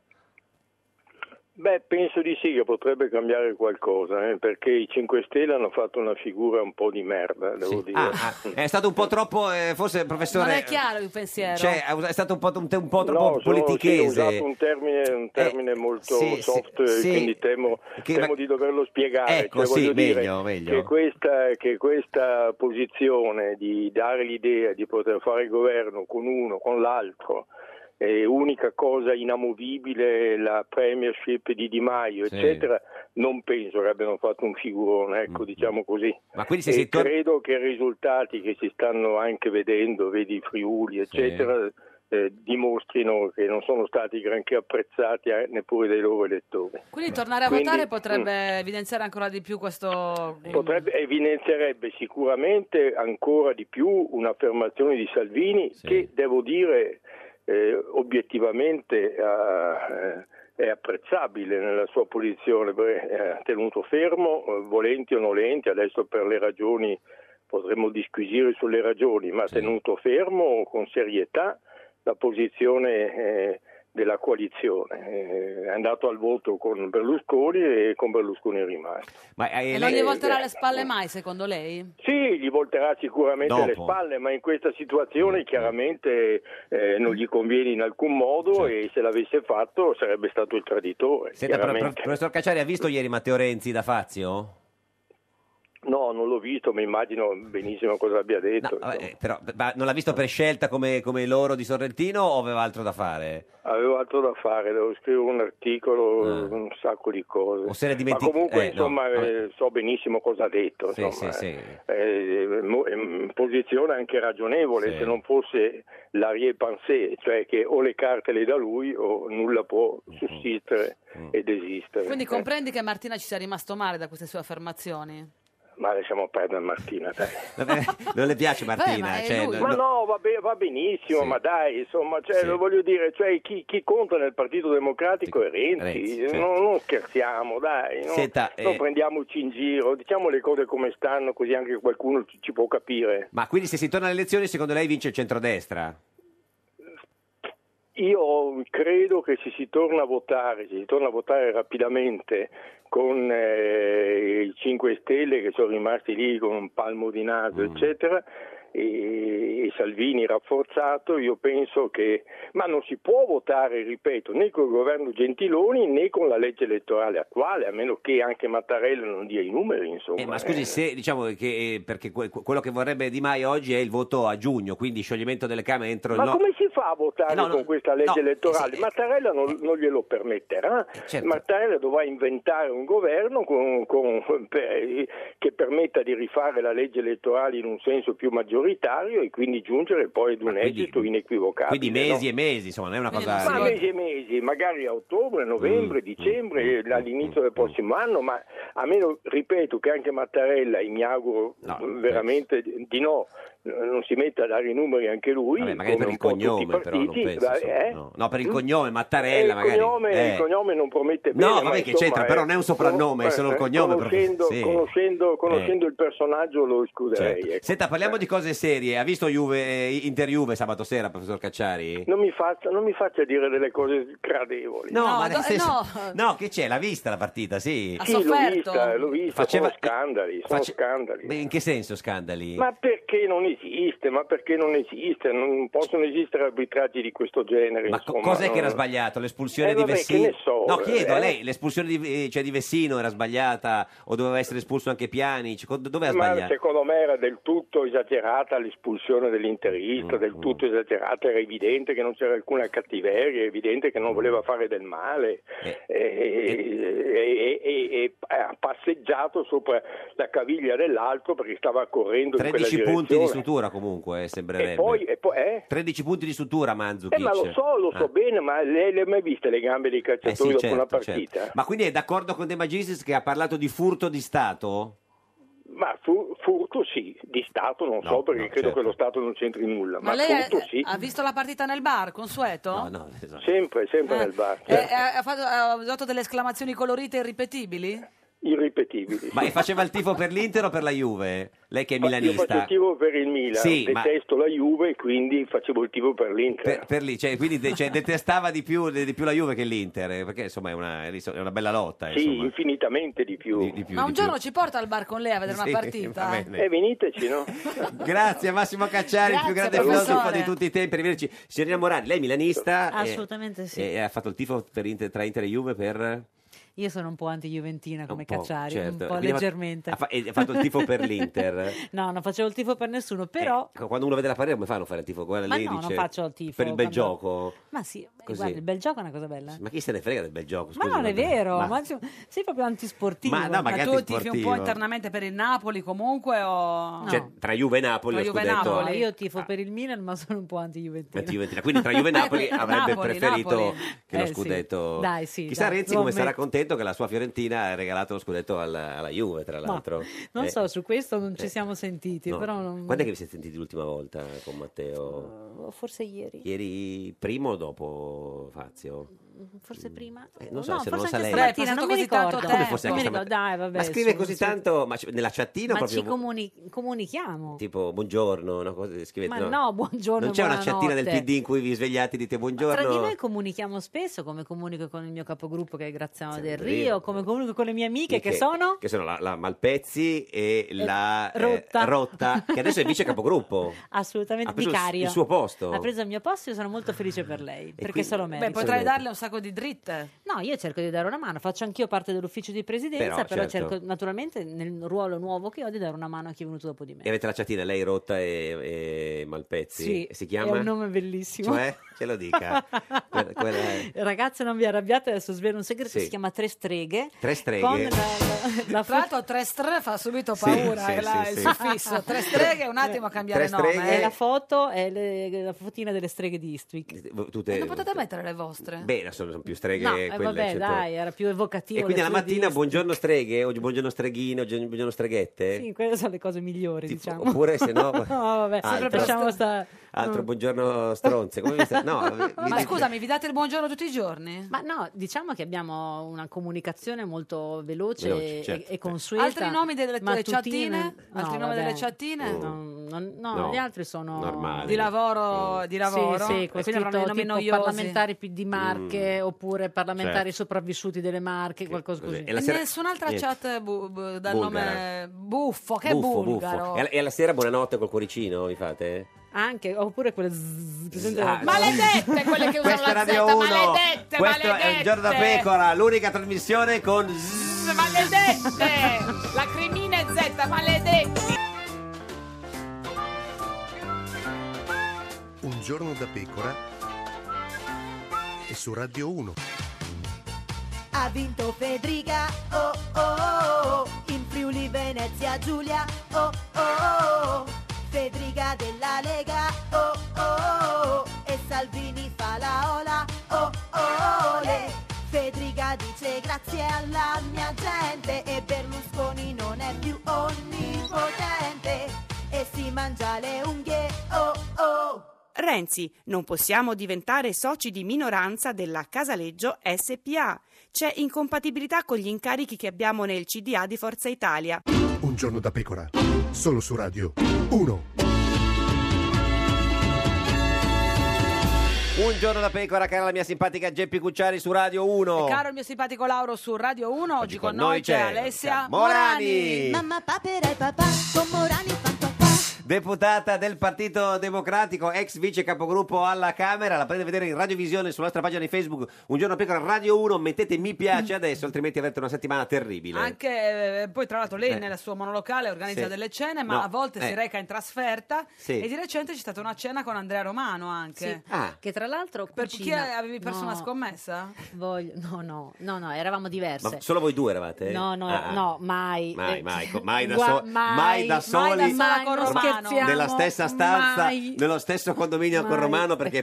Beh, penso di sì che potrebbe cambiare qualcosa, eh, perché i 5 Stelle hanno fatto una figura un po' di merda, devo dire. Ah, ah, è stato un po' troppo, eh, forse professore... Non è chiaro il pensiero. Cioè, è stato un po', un te- un po' No, troppo so- sì, ho politichese. Eh, usato un termine, un termine molto sì, sì, soft, eh, sì. quindi temo, Che- temo di doverlo spiegare. Ecco, Cioè, sì, voglio dire meglio, meglio. Che, questa, che questa posizione di dare l'idea di poter fare il governo con uno, con l'altro, e unica cosa inamovibile la premiership di Di Maio, Sì. eccetera, non penso che abbiano fatto un figurone, ecco, Mm, diciamo così. Ma quindi se E si tor- credo che i risultati che si stanno anche vedendo, vedi Friuli, eccetera, eh, dimostrino che non sono stati granché apprezzati eh, neppure dai loro elettori. Quindi tornare a Quindi, votare mm. potrebbe evidenziare ancora di più questo... Potrebbe, evidenzierebbe sicuramente ancora di più un'affermazione di Salvini che, devo dire, eh, obiettivamente ha- eh, è apprezzabile nella sua posizione, perché eh, ha tenuto fermo, eh, volenti o nolenti, adesso per le ragioni potremmo disquisire sulle ragioni, ma ha tenuto fermo con serietà la posizione eh, della coalizione. Eh, è andato al voto con Berlusconi e con Berlusconi è rimasto. Ma, eh, E non lei- gli volterà eh, le spalle mai, secondo lei? Sì, gli volterà sicuramente Dopo. le spalle, ma in questa situazione chiaramente eh, non gli conviene in alcun modo Certo. e se l'avesse fatto sarebbe stato il traditore. Senta, pro- pro- chiaramente. professor Cacciari, ha visto ieri Matteo Renzi da Fazio? No, non l'ho visto, ma immagino benissimo cosa abbia detto. insomma. Però, ma non l'ha visto per scelta come, come loro di Sorrentino o aveva altro da fare? Avevo altro da fare, devo scrivere un articolo, un sacco di cose. Ah. O se l'è Ma dimenticato? comunque, eh, no, insomma, vabbè. eh, so benissimo cosa ha detto. Sì, insomma, sì, eh. sì. Eh, mo- ehm, posizione anche ragionevole, Sì. se non fosse l'arrière pensée, cioè che o le carte le dà lui o nulla può Mm-hmm. sussistere Mm. ed esistere. Quindi Eh. comprendi che Martina ci sia rimasto male da queste sue affermazioni? Eh, Ma lasciamo perdere Martina, dai. Non le piace Martina? ma è cioè, lui. no- Ma no, va, be- va benissimo, ma dai, insomma, cioè, Sì. lo voglio dire, cioè, chi, chi conta nel Partito Democratico è Renzi, Renzi, certo. non, non scherziamo, dai, non, Senta, non eh, prendiamoci in giro, diciamo le cose come stanno, così anche qualcuno ci, ci può capire. Ma quindi se si torna alle elezioni, secondo lei vince il centrodestra? Eh, Io credo che se si torna a votare, se si torna a votare rapidamente con eh, i 5 Stelle che sono rimasti lì con un palmo di naso, Mm. eccetera, e, e Salvini rafforzato, io penso che... Ma non si può votare, ripeto, né col governo Gentiloni né con la legge elettorale attuale, a meno che anche Mattarella non dia i numeri, insomma. Eh, ma scusi, se diciamo che eh, perché que- quello che vorrebbe Di Maio oggi è il voto a giugno, quindi scioglimento delle Camere entro Ma il no- come si fa a votare Eh, no, no, con questa no, legge elettorale? eh, sì, Mattarella non, non glielo permetterà. certo. Mattarella dovrà inventare un governo con- con- per- che permetta di rifare la legge elettorale in un senso più maggioritario e quindi giungere poi ad un esito inequivocabile. Quindi mesi no? e mesi, insomma, non è una cosa. Ma mesi e mesi, magari a ottobre, novembre, Mm, dicembre, eh, all'inizio del prossimo anno, ma a meno, ripeto, che anche Mattarella, e mi auguro eh, veramente di di no, eh, non si metta a dare i numeri anche lui, Vabbè, magari come per un il po' tutti i cognome, però non partiti, penso. va- insomma, eh? no. No, per il Mm? cognome, Eh, Mattarella, il, magari. cognome, eh. il cognome non promette No, bene. vabbè, ma che insomma, c'entra, eh, però non è un soprannome, è solo il eh, cognome, però- Conoscendo, sì. Eh. conoscendo- conoscendo il personaggio lo escluderei. Certo. ecco. Senta, parliamo di cose serie. Ha visto Juve, eh, Inter Juve sabato sera, professor Cacciari? Non mi, faccia, non mi faccia dire delle cose gradevoli. ma nel senso- Eh, no, che c'è? L'ha vista la partita, sì. Sì, l'ho vista, eh, l'ho vista, Faceva- sono scandali, sono face- scandali. Beh, in che senso scandali? Ma perché non esiste? Ma perché non esiste? Non possono esistere arbitraggi di questo genere. Ma co- insomma, cos'è che non- era sbagliato? L'espulsione Eh, di vabbè, che Vessino? ne so, no, chiedo a eh. lei, l'espulsione di, eh, cioè, di Vessino era sbagliata o doveva essere espulso anche Pianic? Co- Dove ha Ma sbagliato? secondo me era del tutto esagerata l'espulsione Mm, dell'interista, del tutto esagerata, era evidente che non c'era alcuna cattiveria, è evidente che Mm. non voleva fare del male Eh, e, e- e- e- e ha passeggiato sopra la caviglia dell'altro perché stava correndo in quella 13 punti di direzione. sutura comunque, eh, sembrerebbe. E poi, e poi eh? 13 punti di sutura Mandzukic. Eh, ma lo so, lo so Ah. bene, ma lei le ha mai viste le gambe dei calciatori Eh sì, dopo certo, una partita? certo. Ma quindi è d'accordo con De Magistris che ha parlato di furto di Stato? Ma fu- furto sì, di Stato non so perché credo certo. che lo Stato non c'entri nulla, Ma, ma, lei ha, furto sì. ha visto la partita nel bar, consueto? esatto. Sempre, sempre Eh, nel bar. E- e ha, fatto, ha usato delle esclamazioni colorite irripetibili? Irripetibili. Ma e faceva il tifo per l'Inter o per la Juve? Lei che è Io faccio milanista. il tifo per il Milan, Sì, ma- detesto la Juve e quindi facevo il tifo per l'Inter. Per lì, cioè, quindi de- cioè, detestava di più, di più la Juve che l'Inter, eh, perché insomma è una, è una bella lotta. Sì, Insomma. infinitamente di più. Ma un di più. giorno ci porta al bar con lei a vedere Sì, una partita? va bene. E Eh, veniteci, no? Grazie Massimo Cacciari, il più grande Grazie, filosofo professore. di tutti i tempi. Arrivederci. Signorina Morani, lei è milanista? eh, Assolutamente sì. E, ha fatto il tifo per Inter- tra Inter e Juve per... Io sono un po' anti-juventina come po', Cacciari, certo. un po' Quindi ha- leggermente. ha fa- e ha fatto il tifo per l'Inter. no, non facevo il tifo per nessuno, però... Ecco, Quando uno vede la parere come fanno a fare il tifo? Guarda, Ma lei no, non dice, faccio il tifo, Per il bel quando- gioco. Ma sì, eh, Così. guarda, il bel gioco è una cosa bella. eh. Ma chi se ne frega del bel gioco? Ma scusi, non è vero, ma- ma tu- sei proprio antisportivo. Ma no, ma cioè, che tu tifi un antisportivo? po' internamente per il Napoli comunque o... Cioè, tra Juve e Napoli, Tra lo Juve e scudetto Napoli. Io tifo per il Milan, ma sono un po' anti-Juventina. anti-juventina. Quindi tra Juve e Napoli avrebbe Napoli, preferito Napoli. che lo Eh, sì. scudetto... Dai, sì, Chissà dai, Renzi lo come sarà ammetto. contento che la sua Fiorentina ha regalato lo scudetto alla, alla Juve, tra Ma l'altro. Non Eh, so, su questo non ci eh, siamo sentiti, no. però non- Eh. Quando è che vi siete sentiti l'ultima volta con Matteo? forse ieri. Ieri prima o dopo Fazio? Mm-hmm. Forse prima? Eh, non so se non forse sa anche lei. stamattina, Beh, è non passato mi così ricordo. tanto Come fosse non mi anche ricordo, stamattina? dai, vabbè. ma scrive su- così su- tanto, ma c- nella chattina Ma proprio... ci comuni- comunichiamo. Tipo buongiorno, una cosa- scrivete, Ma no, buongiorno, Non c'è una buonanotte. chattina del PD in cui vi svegliate e dite buongiorno. Tra di noi comunichiamo spesso, come comunico con il mio capogruppo che è Graziano Del Del Rio, Rio, come comunico con le mie amiche che Che- sono... Che sono la, la Malpezzi e la eh, Rotta. Rotta, che adesso è vice capogruppo. Assolutamente Ha preso il- vicario. il suo posto. Ha preso il mio posto e io sono molto felice per lei, perché quindi- se lo merita. Beh, potrai Assolutamente. darle un sacco di dritte. No, io cerco di dare una mano, faccio anch'io parte dell'ufficio di presidenza, Però, però, certo. cerco naturalmente nel ruolo nuovo che ho di dare una mano a chi è venuto dopo di me. E avete la chattina, lei Rotta e, e Malpezzi. Sì, si chiama? È un nome bellissimo. Cioè, ce lo dica. Quella- quella è- Ragazze, non vi arrabbiate, adesso svelo un segreto, Sì. si chiama Tre Streghe. Tre streghe. Con eh, la- Tra l'altro tre streghe fa subito Sì, paura, eh, sì, è la- sì, il sì. suffisso. Tre streghe un attimo a cambiare Tre nome. streghe. eh. E la foto è le- la fotina delle streghe di Eastwick. Boh, Tutte... Eh, Non potete mettere le vostre? Beh, sono, sono più Eh, streghe no, eh, quelle. vabbè, certo. dai, era più evocativo. E quindi le la sue di mattina, Eastwick. buongiorno streghe, oggi buongiorno streghine, oggi buongiorno streghette. Sì, quelle sono le cose migliori, diciamo. oppure se no- Ah, no, vabbè, Altro. lasciamo sta... Altro buongiorno stronze. Come vi sta- No, vi- Ma Ah. scusami, vi date il buongiorno tutti i giorni? Ma no, diciamo che abbiamo una comunicazione molto veloce, Veloce, e- certo, e sì. consueta. Altri nomi delle- delle mattutina. chattine? No, Altri nomi vabbè. delle chattine? No, non- no, No, Mm. gli altri sono normali. Di lavoro, di lavoro. Sì, sì, E con quindi avranno scritto i nomi tipo noiosi. parlamentari P- di Marche oppure parlamentari Mm. Certo. sopravvissuti delle Marche, qualcosa cos'è? così. E la sera- Nessun'altra Niente. chat bu- bu- dal Bulgara. nome buffo, che buffo, bulgaro. buffo. E alla- E alla sera buonanotte col cuoricino, vi fate? Anche, oppure quelle... zzz, presente- Ah, Maledette Cioè, quelle che usano Questa è la Z, Radio 1, maledette, questo è il giorno da pecora, l'unica trasmissione con... zzz. maledette, lacrimine Z, maledetti. Un giorno da pecora e su Radio 1. Ha vinto Federica, oh oh, oh, oh. in Friuli Venezia Giulia, oh oh, oh, oh. Federica della Lega, oh oh, oh, oh. e Salvini fa la ola, oh oh, oh le. Federica dice grazie alla mia gente e Berlusconi non è più onnipotente e si mangia le unghie, oh oh. Renzi, non possiamo diventare soci di minoranza della Casaleggio SPA. C'è incompatibilità con gli incarichi che abbiamo nel CDA di Forza Italia. Un giorno da pecora, solo su Radio 1. Un giorno da pecora, cara la mia simpatica Geppi Cucciari su Radio 1. Caro il mio simpatico Lauro su Radio 1, oggi con noi c'è Alessia Morani. Mamma papera e papà con Morani Deputata del Partito Democratico, ex vice capogruppo alla Camera, la potete vedere in radiovisione sulla nostra pagina di Facebook. Un giorno da pecora, Radio 1, mettete mi piace adesso, altrimenti avrete una settimana terribile. Anche eh, poi, tra l'altro, lei Eh. nel suo monolocale organizza Sì. delle cene, ma No, a volte si eh. reca in trasferta. Sì. E di recente c'è stata una cena con Andrea Romano anche. Sì, Ah. Che tra l'altro Per chi cucina. avevi perso No. una scommessa? Voglio- no, no, no, no, eravamo diverse. Ma solo voi due eravate? No, no, Ah, ah. no, mai. Mai, Eh, mai, co- mai da, gua- so- mai, mai da mai soli, da sola con non Romano. scherziamo, nella stessa stanza, mai. nello stesso condominio con Mai. Romano perché è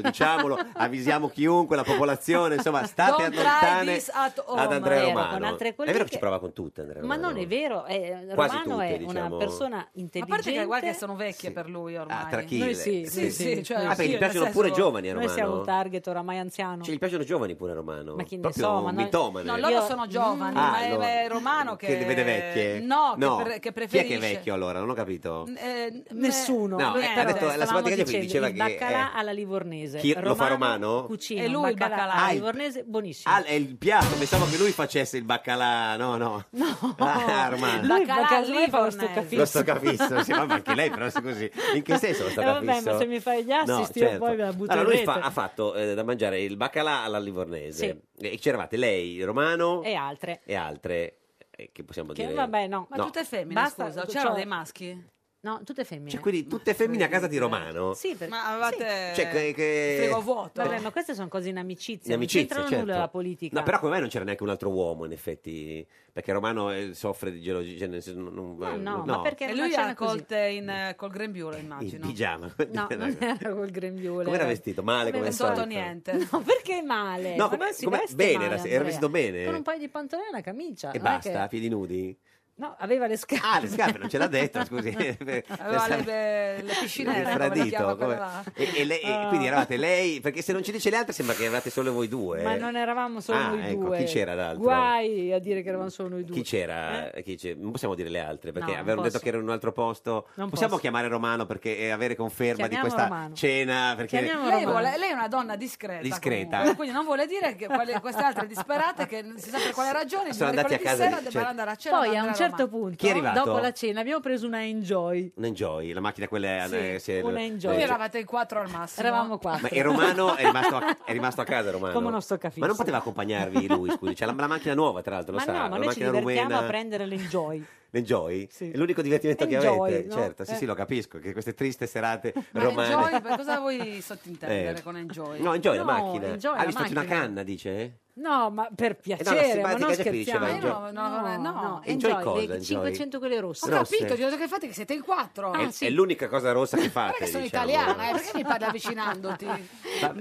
Diciamolo, avvisiamo chiunque, la popolazione, insomma, state Don't try lontane this at home. ad Andrea Vero, Romano. oh, con altre è vero che ci colleghe- prova con tutte, Andrea Ma Romano. non è vero, eh, Quasi Romano tutte, è diciamo. una persona intelligente. A parte che guarda che sono vecchie per lui ormai. Ah, tra chi? Noi sì, sì, sì, sì, cioè, Ah, perché sì, gli piacciono nel pure senso- giovani a Noi Romano? siamo un target oramai anziano. Cioè, gli piacciono giovani pure a Romano? Ma chi ne Proprio so, un ma noi- mitomane. No, loro Mm. sono giovani, Ah, ma è- allora- è Romano che... che le vede vecchie? No, che, pre- che Chi è che preferisce... Eh, è vecchio allora? Non ho capito. N- Nessuno. No, eh, Beh, ha però, detto- la stavamo signora Gaglia dicendo diceva il che, baccalà eh, alla livornese. chi- lo fa romano? Cucina, E un lui il baccalà baccalà. alla Ah, il- livornese, buonissimo. Ah, è il piatto, pensavo che lui facesse il baccalà. No, no. Ah, romano. Lui il Baccalà baccalà alla fa lo stoccafisso. Lo sto capisco, sì, ma anche lei però è così. In che senso lo sto Eh, capisco? certo. vabbè, ma se mi fai gli assist io poi me la butto Allora, in lui rete. fa- ha fatto eh, da mangiare il baccalà alla livornese. E c'eravate lei, Romano E altre. e altre eh, che possiamo Che dire. vabbè, no. No. femmine, scusa, cioè- c'erano dei maschi? No, tutte femmine. Cioè, quindi tutte femmine a casa di Romano. Sì, perché Ma avevate Cioè, che- che- il frigo vuoto? Vabbè, ma queste sono cose in amicizia, In Eh. amicizia, non c'entrano certo. nulla la politica. No, però come mai non c'era neanche un altro uomo, in effetti? Perché Romano eh, soffre di geologia. cioè, nel senso, non- non- Ma eh, no, no. ma perché E non lui la cena ha così? colte in, eh, col grembiule, In immagino. pigiama. No, non era col grembiule. Come era vestito? Male Aveva come al sotto solito. niente. No, perché male? No, Ma come- non si come- veste bene, male, era- era Andrea. vestito bene. Con un paio di pantaloni e una camicia. E eh, non è basta, a che- piedi nudi? No, aveva le scarpe. Ah, le scarpe, non ce l'ha detta, scusi. Aveva le, Pensavo- le, le Eh, piscinelle, il come le fradito, chiama come- quella là. E, e lei- e Ah. quindi eravate lei, perché se non ci dice le altre sembra che eravate solo voi due. Ma non eravamo solo Ah, noi ecco, due. chi c'era l'altro? Guai a dire che eravamo solo noi due. Eh? Chi c'era? Chi c'è? Non possiamo dire le altre perché No, non avevano detto posso. che era in un altro posto. Non possiamo posso. chiamare Romano perché eh, avere conferma Chiamiamo di questa Romano. cena. Perché... Lei, vuole- lei è una donna discreta. Discreta. comunque, quindi non vuole dire che quelle- queste altre disperate che non si sa per quale ragione Sono andati a mercoledì casa di- sera cioè- devono andare a cena. Poi a andare un alla certo mamma. punto, Chi è arrivato? dopo la cena, abbiamo preso una Enjoy. Un enjoy, la macchina quella Sì, eh, si è- una enjoy. Voi eh, eravate in quattro al massimo. Eravamo quattro. Ma e Romano è rimasto a, è rimasto a casa Romano. Come uno stoccafisso. Ma non poteva accompagnarvi lui, scusi. C'è la, la macchina nuova, tra l'altro, lo Ma sa. no, ma la noi ci macchina divertiamo rumena. a prendere l'enjoy. L'enjoy? È l'unico divertimento che Enjoy, avete. no? Certo, sì, Eh. sì, lo capisco. Che queste triste serate Ma romane. enjoy, beh, cosa vuoi sottintendere Eh. con enjoy? No, enjoy la No, macchina. enjoy ha la visto una macchina. canna, dice? Eh? No, ma per la piacere, ma simpatica non che scherziamo. diceva enjoy. No, no, no, no. Enjoy cosa, le enjoy? 500 quelle Ho rosse. Rosse. capito, ti ho detto che fate che siete in quattro. Ah, Ah, è, è l'unica cosa rossa che fate. Guarda che sono diciamo. italiana, eh, perché mi parli avvicinandoti? Ma-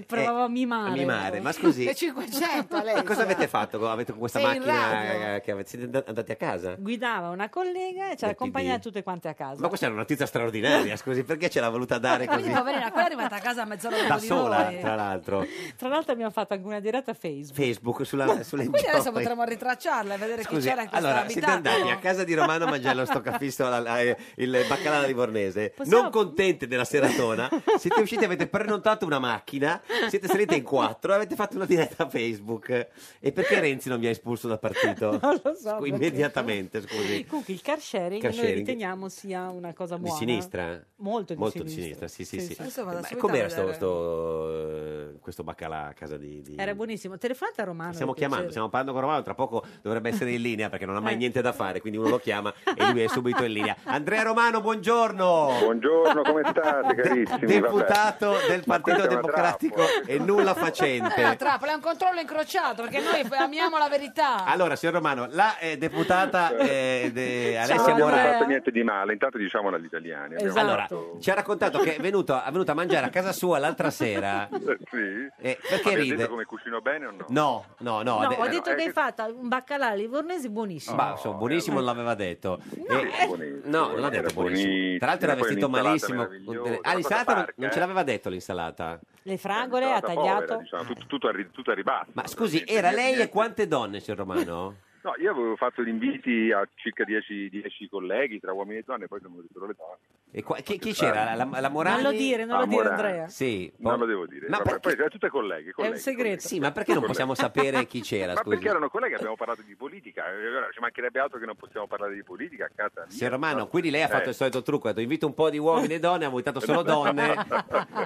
Provavo eh, a mimare. a mimare, ma scusi. Le 500, Ma lei. cosa avete fatto con, avete con questa eh, Sei in macchina? radio. eh, Che avete, siete and- andati a casa? Guidava una collega e ci Del accompagnava PD. tutte quante a casa. Ma questa è una notizia straordinaria, scusi, perché ce l'ha voluta dare Quindi, così? poverina, quella è arrivata a casa a mezz'ora dopo Da di sola, noi. tra l'altro. Tra l'altro abbiamo fatto anche una diretta Facebook. Facebook sulla, Ah, sulle Quindi adesso enjoy. potremmo ritracciarla e vedere chi Scusi, c'era in questo allora siete abitato. andati a casa di Romano a mangiare lo stoccafisso alla- alla- eh, il baccalà alla livornese Possiamo- non contenti della seratona siete usciti avete prenotato una macchina siete salite in quattro e avete fatto una diretta a Facebook e perché Renzi non vi ha espulso dal partito? Non lo so Scu- perché. immediatamente scusi Comunque il car sharing, Car sharing. noi riteniamo sia una cosa di buona. sinistra? Molto di Molto sinistra. sì sì Sì, sì, sì. Adesso vado Ma subito a com'era sto, vedere. sto, eh, questo baccalà a casa di... di- Era buonissimo. Telefonata a Romano. Stiamo per piacere. chiamando, stiamo parlando con Romano, tra poco dovrebbe essere in linea perché non ha mai Eh. niente da fare, quindi uno lo chiama e lui è subito in linea. Andrea Romano, buongiorno! Buongiorno, come state carissimi? Deputato Vabbè. del Ma Partito questa è una Democratico e nulla facente. È una trappola, è un controllo incrociato perché noi f- amiamo la verità. Allora, signor Romano, la eh, deputata eh, de- Alessia Esatto. non ha fatto Moratti niente di male, intanto diciamolo agli italiani. abbiamo Allora, Esatto. fatto- ci ha raccontato che è venuto, è venuto a mangiare a casa sua l'altra sera. Sì. Eh, Ma perché mi ha detto ride? come cucino bene o no? No, no, no. No, ha de- ho detto eh, Ah, che hai fatto un baccalà livornese buonissimo. Ma insomma, buonissimo non l'aveva detto. No, no non l'ha detto era buonissimo. buonissimo. Tra l'altro era Poi vestito l'insalata malissimo. meravigliosa, Con delle- Ah, una l'insalata cosa non, parca, non ce eh. l'aveva detto l'insalata. Le fragole ha Povera, tagliato. diciamo, tutto, tutto a ri- tutto a ribasso. Ma scusi, era lei e quante donne c'è Romano? No, io avevo fatto gli inviti a circa 10, 10 colleghi tra uomini e donne, poi sono venute le donne. E qua- chi, chi c'era? La, la Morani? Non lo dire, non lo Ah, dire, Morani. Andrea. Sì, Non lo devo dire. Ma Vabbè, Poi c'era tutte colleghe, colleghe. segreto. Sì, ma perché non possiamo sapere chi c'era? Ma Scusi. perché erano colleghi? Abbiamo parlato di politica. eh, allora Ci mancherebbe altro che non possiamo parlare di politica a casa mia. Signor Romano, quindi lei ha fatto Eh. il solito trucco, ha detto invito un po' di uomini e donne, ha invitato solo donne,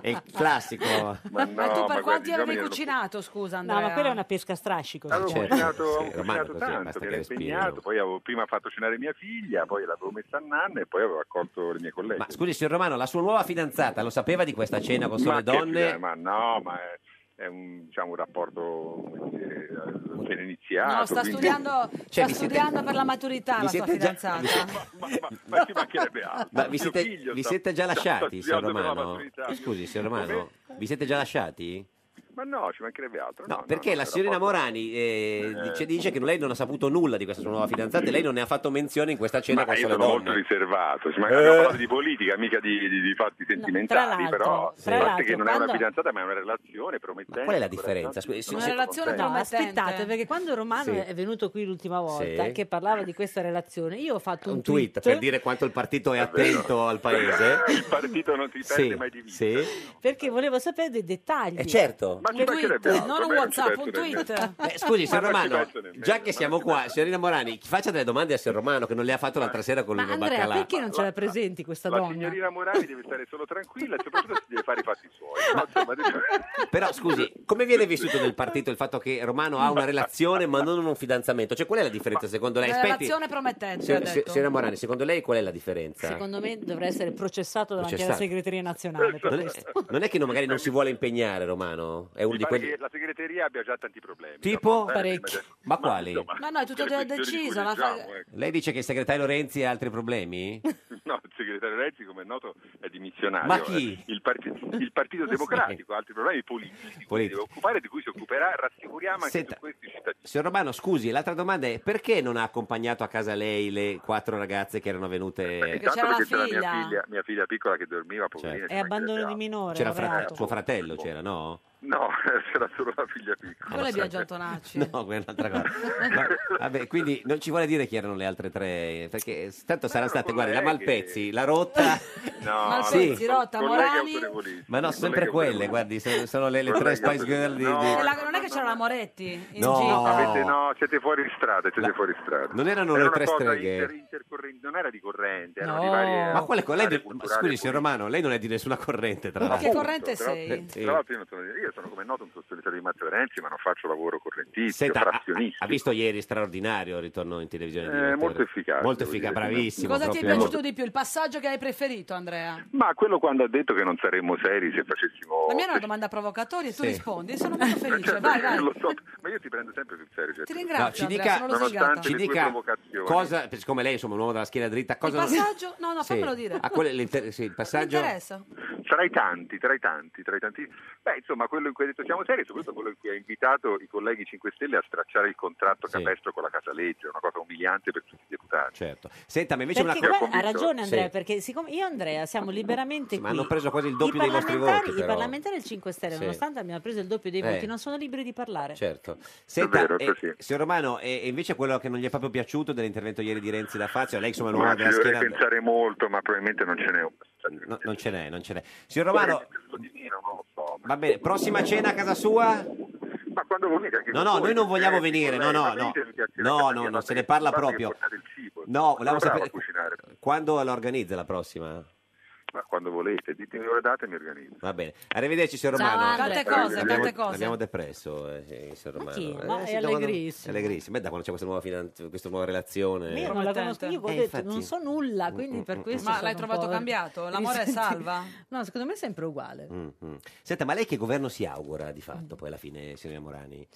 è il classico. Ma Ma tu per quanti guardi, ore hai io mi ero- cucinato, scusa No, Andrea? ma quella è una pesca a strascico. Avevo diciamo. cucinato, Certo, sì, avevo Romano cucinato così, basta tanto, mi che ero respirino. impegnato, poi avevo prima fatto cenare mia figlia, poi l'avevo messa a nanna e poi avevo accolto le mie colleghe. Ma scusi, signor Romano, la sua nuova fidanzata lo sapeva di questa cena con Ma solo che donne? fidanza- ma no, ma è, è un, diciamo, un rapporto come dire, eh, appena iniziato. No, sta quindi- studiando, Cioè, sta vi siete- studiando per la maturità vi la sua siete già- fidanzata. vi siete- Ma ci mancherebbe altro. Ma vi Ah, Mio siete, figlio vi sta- siete già sta- sta lasciati, signor studiando per la Romano? maturità. Scusi, signor Romano, vi siete già lasciati? Ma no, ci mancherebbe altro. No, perché la signorina Morani eh, dice, dice che lei non ha saputo nulla di questa sua nuova fidanzata e lei non ne ha fatto menzione in questa cena Ma con io sole sono molto donne. riservato, sì, ma Eh. abbiamo parlato di politica, mica di, di- di fatti sentimentali, l'altro- però tra a l'altro, parte che non è quando- una fidanzata ma è una relazione promettente. Qual è la differenza? Scusi, se- Una se- relazione contento. no, aspettate, perché quando Romano Sì. è venuto qui l'ultima volta Sì. che parlava di questa relazione, io ho fatto un, un tweet per dire quanto il partito è attento al paese. Il partito non si perde mai di Eh, vista. Sì. perché volevo sapere dei dettagli. Eh, certo. Ma ci Un tweet, mancherebbe altro, non beh, un non ci WhatsApp, penso un nemmeno. tweet. Eh, Scusi, signor Ma non ci Eh. Romano, penso nemmeno, già che siamo qua, signorina Morani, faccia delle domande a signor Romano che non le ha fatto l'altra sera con Ma il Andrea, baccalà. perché non ce la presenti questa La donna? signorina Morani deve stare solo tranquilla e soprattutto si deve fare i fatti suoi. no? Insomma, adesso- Però scusi, come viene vissuto nel partito il fatto che Romano ha una relazione ma non un fidanzamento? Cioè qual è la differenza secondo Una lei? relazione promettente, ha Signor- detto. Signora Morani, secondo lei qual è la differenza? Secondo me dovrà essere processato davanti alla Certo. Processato. segreteria nazionale. per Non è, questo. non è che non- magari non si vuole impegnare Romano? È uno Mi di pare quelli... che la segreteria abbia già tanti problemi. Tipo? Eh, Parecchi. Ma quali? No, no, è tutto già deciso. la diciamo, fa- ecco. Lei dice che il segretario Renzi ha altri problemi? eh, No, il segretario Renzi, come è noto, è dimissionario. Ma chi? Eh, Il, parti- il Partito Democratico ha altri problemi politici di cui si deve occupare, di cui si occuperà. Rassicuriamo anche Senta, su questi cittadini. Signor Romano, scusi, l'altra domanda è perché non ha accompagnato a casa lei le quattro ragazze che erano venute... Intanto perché c'era figlia. mia figlia, mia figlia piccola che dormiva, poverina. È abbandono di minore. Certo. C'era un frate- reato. suo fratello, c'era, no? No, c'era solo la figlia piccola. Quella è Biagio Antonacci. No, quella è un'altra cosa. Ma- vabbè, quindi non ci vuole dire chi erano le altre tre, perché tanto sarà stata, guarda, la Malpezzi, la Rotta... No, Malpezzi, Rotta, Morani. Ma no, sempre quelle, guardi, sono, sono le, le tre Spice Girl di... di- E la- non è che c'era la Moretti in No. giro? Avete- no, siete fuori strada, siete fuori strada. Non erano Era le una tre cosa streghe. inter- intercorrente, non era di corrente, erano di varie... Ma quale lei varie de- culturali scusi, e signor Romano, lei non è di nessuna corrente, tra Ma l'altro. Eh, appunto, tra- Sì. Tra l'altro io, non sono, io sono come noto un sostenitore di Matteo Renzi, ma non faccio lavoro correntizio, Senta, ha, frazionista. ha visto ieri straordinario ritorno in televisione? di Eh, Matteo molto Renzi? efficace, Molto devo efficace, dire. bravissimo. Cosa ti è proprio. piaciuto di più? Il passaggio che hai preferito, Andrea? Ma quello quando ha detto che non saremmo seri se facessimo... La mia era una domanda provocatoria e tu Sì. rispondi. Sono molto felice. Vai, vai. Lo so, ma io ti prendo sempre più serio. Certo. Ti ringrazio, No, ci dica- Andrea, sono losingata. Nonostante Ci le tue dica provocazioni. cosa, siccome lei insomma, è un uomo dalla schiena dritta, Il cosa... passaggio? No, no, Sì. fammelo dire. Ah, quello è l'inter- sì, il Mi passaggio... interessa. Tra i tanti, tra i tanti, tra i tanti. Beh, insomma, quello in cui ha detto siamo seri, soprattutto quello in cui ha invitato i colleghi 5 Stelle a stracciare il contratto capestro con la Casaleggio, una cosa umiliante per tutti i deputati. Certo. Senta, ma invece Perché una guarda, ha ragione Andrea, Sì. perché siccome io e Andrea siamo liberamente Ma qui, hanno preso quasi il i doppio dei vostri parlamentari, voti, i però. parlamentari del 5 Stelle, Sì. nonostante abbiano preso il doppio dei Eh. voti, non sono liberi di parlare. Certo. Senta, vero, è eh, signor Romano, e e invece quello che non gli è proprio piaciuto dell'intervento ieri di Renzi da Fazio, lei insomma è un uomo Ma ci della dovrei schiena... pensare molto, ma probabilmente non ce n'è un. No, non ce n'è, non ce n'è. Signor Romano, non lo so. va bene, prossima cena a casa sua? Ma quando volete anche No, no, voi, noi non vogliamo eh, venire, con lei, no, no, ma no. venite, mi piacerà No, capire, no, ma non se perché ne parla guardate che proprio. portate il cibo. No, Sono volevamo bravo a sapere cucinare, quando la organizza la prossima? ma quando volete, ditemi l'ora data e mi organizzo. Va bene. Arrivederci, signor Ciao, Romano. Andre. Tante cose, tante L'abbiamo- cose. L'abbiamo depresso, eh, sì, signor Ma Romano. chi? Ma è sì, da quando- allegrissimo. allegrissimo. Beh, da quando c'è questa nuova, finan- questa nuova relazione. Io non la conosco, io ho Eh, Mm, detto infatti. non so nulla, quindi per questo Ma sono l'hai un trovato po' cambiato? L'amore è risentita. salva? No, secondo me è sempre uguale. Mm, mm. Senta, ma lei che governo si augura di fatto poi alla fine, signora Morani?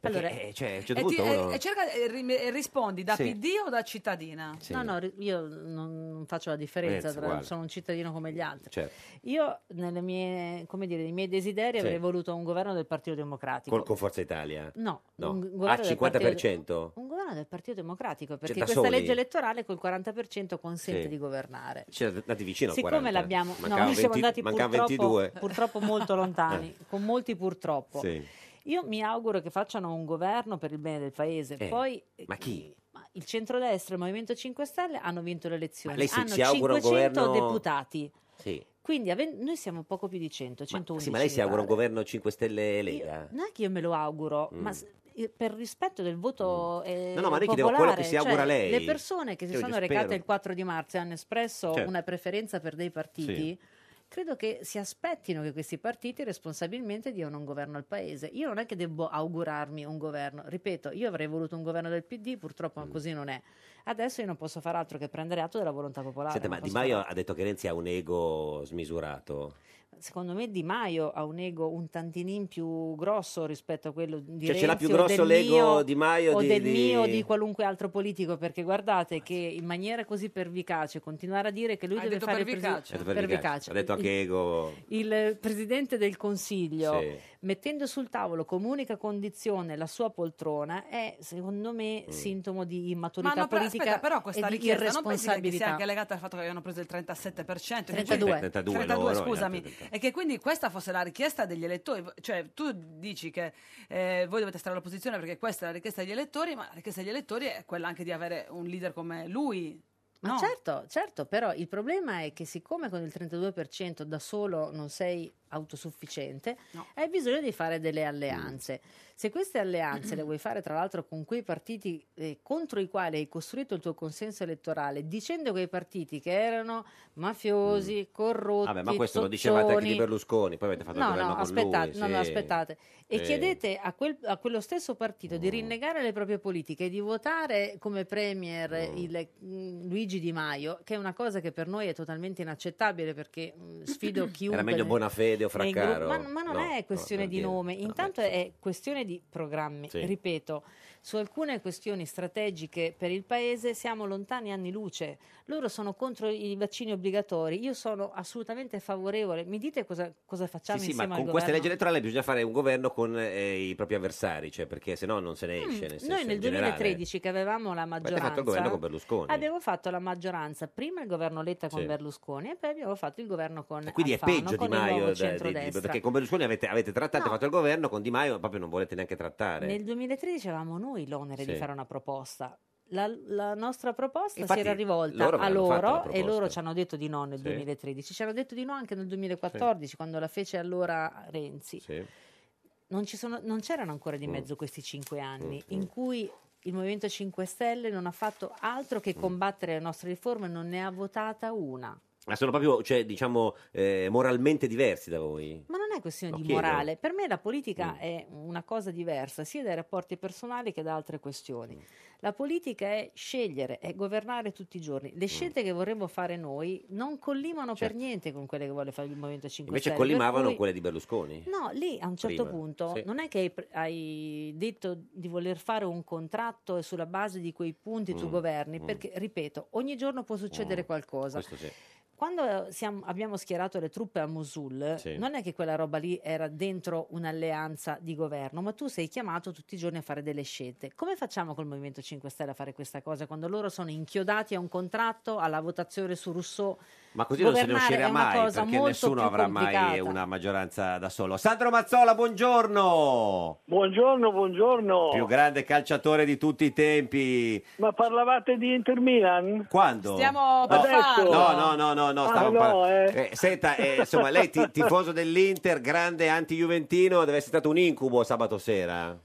Perché, Allora- eh, cioè, a un certo E, ti- punto uno- e- e cerca, e rim- e rispondi da Sì. PD o da cittadina? Sì. No, no, ri- io non non faccio la differenza, Renzi, tra- uguale. sono un cittadino come gli altri. Certo. Io, nelle mie, come dire, nei miei desideri, Sì. avrei voluto un governo del Partito Democratico. Col- con Forza Italia? No, No. Ah, un governo Al del 50%? Un governo del Partito Democratico, perché Cioè, da questa soli? legge elettorale col 40% consente Sì. di governare. Ci siete andati vicino eh. Siccome a 40. l'abbiamo, no, Mancavano noi siamo 20 andati mancavano purtroppo, 22. purtroppo molto lontani, con molti purtroppo. Eh. Sì. Io mi auguro che facciano un governo per il bene del paese. Eh, Poi Ma chi? il centrodestra e il Movimento 5 Stelle hanno vinto le elezioni, Ma lei si- hanno si augura un 500 governo- deputati. Sì. Quindi aven- noi siamo poco più di 100, Ma, 111. sì, ma lei si mi augura un pare. governo 5 Stelle e Lega? Non è che io me lo auguro, Mm. ma s- eh, per rispetto del voto eh, No, no, ma noi chiedevo popolare, quello che si cioè, augura lei. Le persone che si Io sono spero. recate il 4 di marzo e hanno espresso Certo. una preferenza per dei partiti. Credo che si aspettino che questi partiti responsabilmente diano un governo al paese. Io non è che devo augurarmi un governo, ripeto, io avrei voluto un governo del PD, purtroppo Mm. così non è. Adesso io non posso fare altro che prendere atto della volontà popolare. Senta, non ma Di posso Maio ha detto che Renzi ha un ego smisurato. secondo me Di Maio ha un ego un tantinin più grosso rispetto a quello di Cioè, ce l'ha Renzi più o grosso del l'ego mio- Di Maio o di- del di- mio o di qualunque altro politico perché guardate che in maniera così pervicace continuare a dire che lui Hai deve detto fare il pervicace? Ha detto presi- pervicace. Ha detto anche ego. il presidente del consiglio Sì. mettendo sul tavolo come unica condizione la sua poltrona è secondo me Mm. sintomo di Ma immaturità hanno pre- politica aspetta, però questa e di richiesta non pensi che sia irresponsabilità. anche legata al fatto che avevano preso il 37%? che 32. quindi- 32, 32, loro, scusami. gli altri E che quindi questa fosse la richiesta degli elettori. Cioè, tu dici che eh, voi dovete stare all'opposizione perché questa è la richiesta degli elettori, ma la richiesta degli elettori è quella anche di avere un leader come lui. Ma No. certo, certo, però il problema è che siccome con il 32% da solo non sei autosufficiente, hai bisogno di fare Mm. delle alleanze. Se queste alleanze le vuoi fare tra l'altro con quei partiti eh, contro i quali hai costruito il tuo consenso elettorale, dicendo quei partiti che erano mafiosi, corrotti, Mm. Vabbè, ma questo lo dicevate anche toccioni, di Berlusconi, poi avete fatto il No, governo no, con aspettate, lui. no, no, sì. Eh. aspettate. E Sì. chiedete a, quel- a quello stesso partito di rinnegare le proprie politiche e di votare come premier il, mm, Luigi Di Maio, che è una cosa che per noi è totalmente inaccettabile perché mm, sfido chiunque. Era meglio nel- Bonafede o nei gruppi- Fraccaro? Ma, ma non No, è questione no, per di dire. nome, intanto è questione di programmi. Sì. Ripeto, su alcune questioni strategiche per il paese siamo lontani anni luce. Loro sono contro i vaccini obbligatori, io sono assolutamente favorevole. Mi dite cosa, cosa Sì, facciamo sì, ma insieme con al questa governo? legge elettorale bisogna fare un governo con eh, i propri avversari, cioè, perché sennò non se ne esce. Mm, nel senso, Noi nel in generale. 2013 che avevamo la Avete maggioranza fatto il governo con Berlusconi. abbiamo fatto la maggioranza, prima il governo Letta con Sì. Berlusconi e poi abbiamo fatto il governo con Quindi Eh, Alfano, è peggio Di con il nuovo Maio, da- di- di- centrodestra. perché con Berlusconi avete, avete trattato, fatto il governo, con Di Maio proprio non volete neanche trattare. Nel 2013 avevamo noi l'onere di Sì. fare una proposta. La, la nostra proposta Infatti, si era rivolta loro a avevano fatto la loro e proposta. loro ci hanno detto di no nel Sì. 2013, ci hanno detto di no anche nel 2014 quando la fece allora Renzi. Non, ci sono- non c'erano ancora di Mm. mezzo questi cinque anni Mm, in cui il Movimento 5 Stelle non ha fatto altro Mm. che combattere le nostre riforme, non ne ha votata una. Ma sono proprio, cioè, diciamo, eh, moralmente diversi da voi. Ma non è questione Lo Mm. di chiedo. morale. Per me la politica è una cosa diversa, sia dai rapporti personali che da altre questioni. Mm. La politica è scegliere, è governare tutti i giorni. Mm. Le scelte che vorremmo fare noi non collimano per niente con quelle che vuole fare il Movimento 5 Certo. Invece Stelle. per collimavano cui- quelle di Berlusconi. No, lì a un certo Prima, punto sì. non è che hai, pr- hai detto di voler fare un contratto e sulla base di quei punti tu Mm, governi, mm. perché, ripeto, ogni giorno può Mm. succedere qualcosa. Questo sì. Quando siamo- abbiamo schierato le truppe a Mosul, Sì. non è che quella roba lì era dentro un'alleanza di governo, ma tu sei chiamato tutti i giorni a fare delle scelte. Come facciamo col Movimento 5 Stelle a fare questa cosa quando loro sono inchiodati a un contratto, alla votazione su Rousseau? Ma così non se ne Governare è uscirà una mai, cosa perché molto nessuno più avrà mai complicata. una maggioranza da solo. Sandro Mazzola, buongiorno! Buongiorno, buongiorno. Più grande calciatore di tutti i tempi. Ma parlavate di Inter Milan? Quando? Stiamo per farlo. no, no, no, no, no, Ah, stavamo no, parlando- eh. Eh, senta, eh, insomma, lei ti- tifoso dell'Inter, grande anti-juventino, deve essere stato un incubo sabato sera.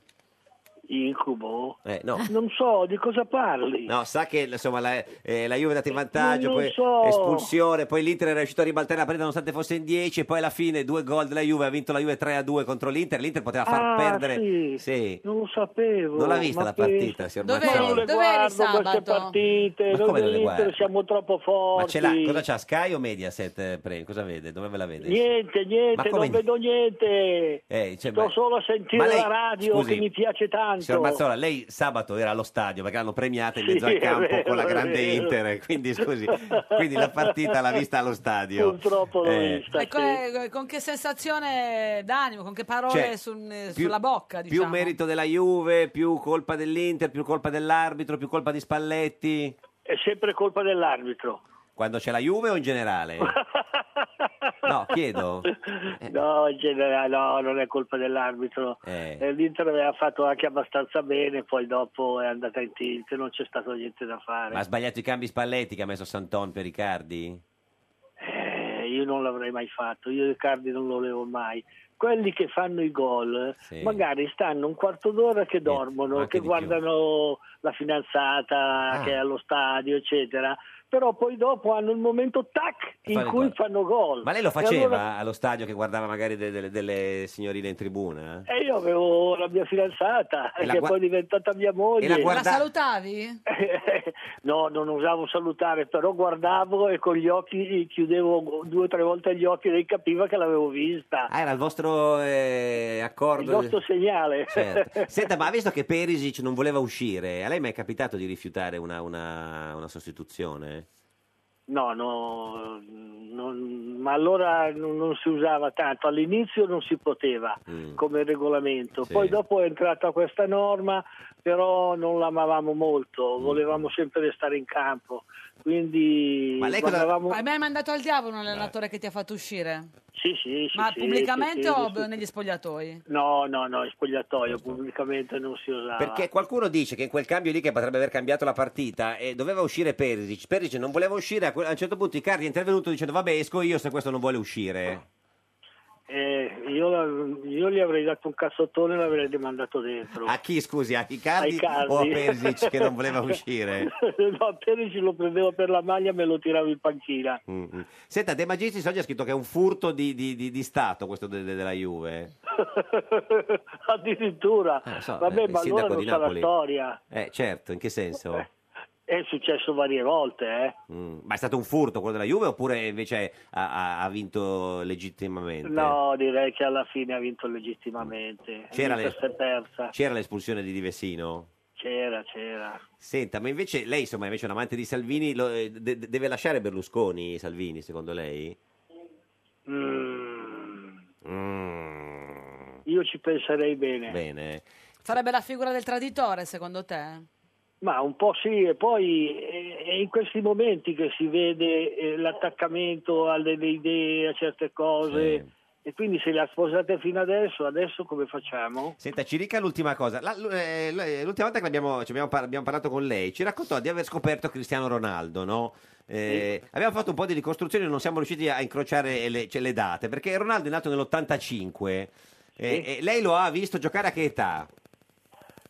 Incubo? Eh, no. Non so di cosa parli. No, sa che insomma, la, eh, la Juve è andata in vantaggio, Non lo poi so. espulsione, poi l'Inter era riuscito a ribaltare la partita nonostante fosse in 10, poi alla fine due gol della Juve, ha vinto la Juve 3 a 2 contro l'Inter, l'Inter poteva far Ah, perdere... sì. Sì. Non lo sapevo. Non l'ha vista ma la pensa- partita, signor Dov'eri- Io non le dov'eri guardo queste sabato? partite. Ma Noi come non le guarda? dell'Inter siamo troppo forti. Ma ce l'ha, cosa c'ha? Sky o Mediaset? eh, Pre? Cosa vede? Dove ve la vede? Niente, Ma come niente, non niente? vedo niente. Eh, cioè, Sto ma- solo a ma sentire lei- la radio scusi, che mi piace tanto. Signor Mazzola, lei sabato era allo stadio perché l'hanno premiata in mezzo Sì, al campo è vero, con la è grande vero. Inter, quindi scusi, quindi la partita l'ha vista allo stadio. Purtroppo l'ho vista, E co- eh, con che sensazione d'animo, con che parole Cioè, sul- eh, più- sulla bocca, Più diciamo. merito della Juve, più colpa dell'Inter, più colpa dell'arbitro, più colpa di Spalletti. È sempre colpa dell'arbitro. Quando c'è la Juve o in generale? No, chiedo. No, in generale, no, non è colpa dell'arbitro. Eh. Eh, L'Inter aveva fatto anche abbastanza bene, poi dopo è andata in tilt, non c'è stato niente da fare. Ma ha sbagliato i cambi Spalletti che ha messo Santon per Riccardi? Eh, io non l'avrei mai fatto, io Riccardi non lo volevo mai. Quelli che fanno i gol eh, Sì. magari stanno un quarto d'ora che dormono, anche che di guardano la fidanzata Ah. che è allo stadio, eccetera. Però poi dopo hanno il momento tac in fanno il cui gol. fanno gol. Ma lei lo E faceva allora- allo stadio che guardava magari de- delle, delle signorine in tribuna? E io avevo la mia fidanzata, E la che è gua- poi è diventata mia moglie. e la guarda- La salutavi? no, non usavo salutare, però guardavo e con gli occhi chiudevo due o tre volte gli occhi e lei capiva che l'avevo vista. Ah, era il vostro eh, Il accordo? nostro segnale. Certo. Senta, ma visto che Perisic non voleva uscire, a lei mai è capitato di rifiutare una, una- una sostituzione? No, no, non- ma allora non, non si usava tanto, all'inizio non si poteva come regolamento, poi dopo è entrata questa norma, però non l'amavamo Mm. molto, volevamo sempre restare in campo, quindi Ma lei cosa- guardavamo... Hai mai mandato al diavolo un allenatore che ti ha fatto uscire? Sì, sì, sì, Ma sì, pubblicamente sì, sì, o sì, sì. negli spogliatoi? No, no, no, in spogliatoio pubblicamente non si usava. Perché qualcuno dice che in quel cambio lì che potrebbe aver cambiato la partita eh, doveva uscire Perisic. Perisic non voleva uscire, a, quel- a un certo punto Icardi è intervenuto dicendo vabbè esco io se questo non vuole uscire. Eh, io, la- io gli avrei dato un cazzottone e l'avrei rimandato dentro. A chi scusi, a Icardi, Ai Cardi. o a Perisic che non voleva uscire? no, Perisic lo prendevo per la maglia e me lo tiravo in panchina. Mm, mm. Senta, De Magistris oggi ha scritto che è un furto di, di- di- di Stato questo de- de- della Juve. Addirittura. Eh, lo so, Vabbè, eh, il ma allora sindaco non di fa la Napoli. storia. Eh. Eh certo, in che senso? È successo varie volte, eh. Mm, Ma è stato un furto quello della Juve oppure invece ha, ha- ha vinto legittimamente? No, direi che alla fine ha vinto legittimamente. Mm. C'era le- Questa è persa. C'era l'espulsione di Divesino? C'era, c'era. Senta, ma invece lei, insomma, invece è un amante di Salvini, lo- eh, de- de- deve lasciare Berlusconi, Salvini, secondo lei? Mm, Io ci penserei bene. Bene. Sarebbe la figura del traditore, secondo te? Ma un po' sì, e poi eh, è in questi momenti che si vede eh, l'attaccamento alle alle idee, a certe cose. E quindi se le ha sposate fino adesso, adesso come facciamo? Senta, ci dica l'ultima cosa. La- l- eh, l- eh, l'ultima volta che l'abbiamo- ci abbiamo, par- abbiamo parlato con lei, ci raccontò di aver scoperto Cristiano Ronaldo, no? Eh, Abbiamo fatto un po' di ricostruzione, non siamo riusciti a incrociare le, cioè, le date, perché Ronaldo è nato nell'85. e lei lo ha visto giocare a che età?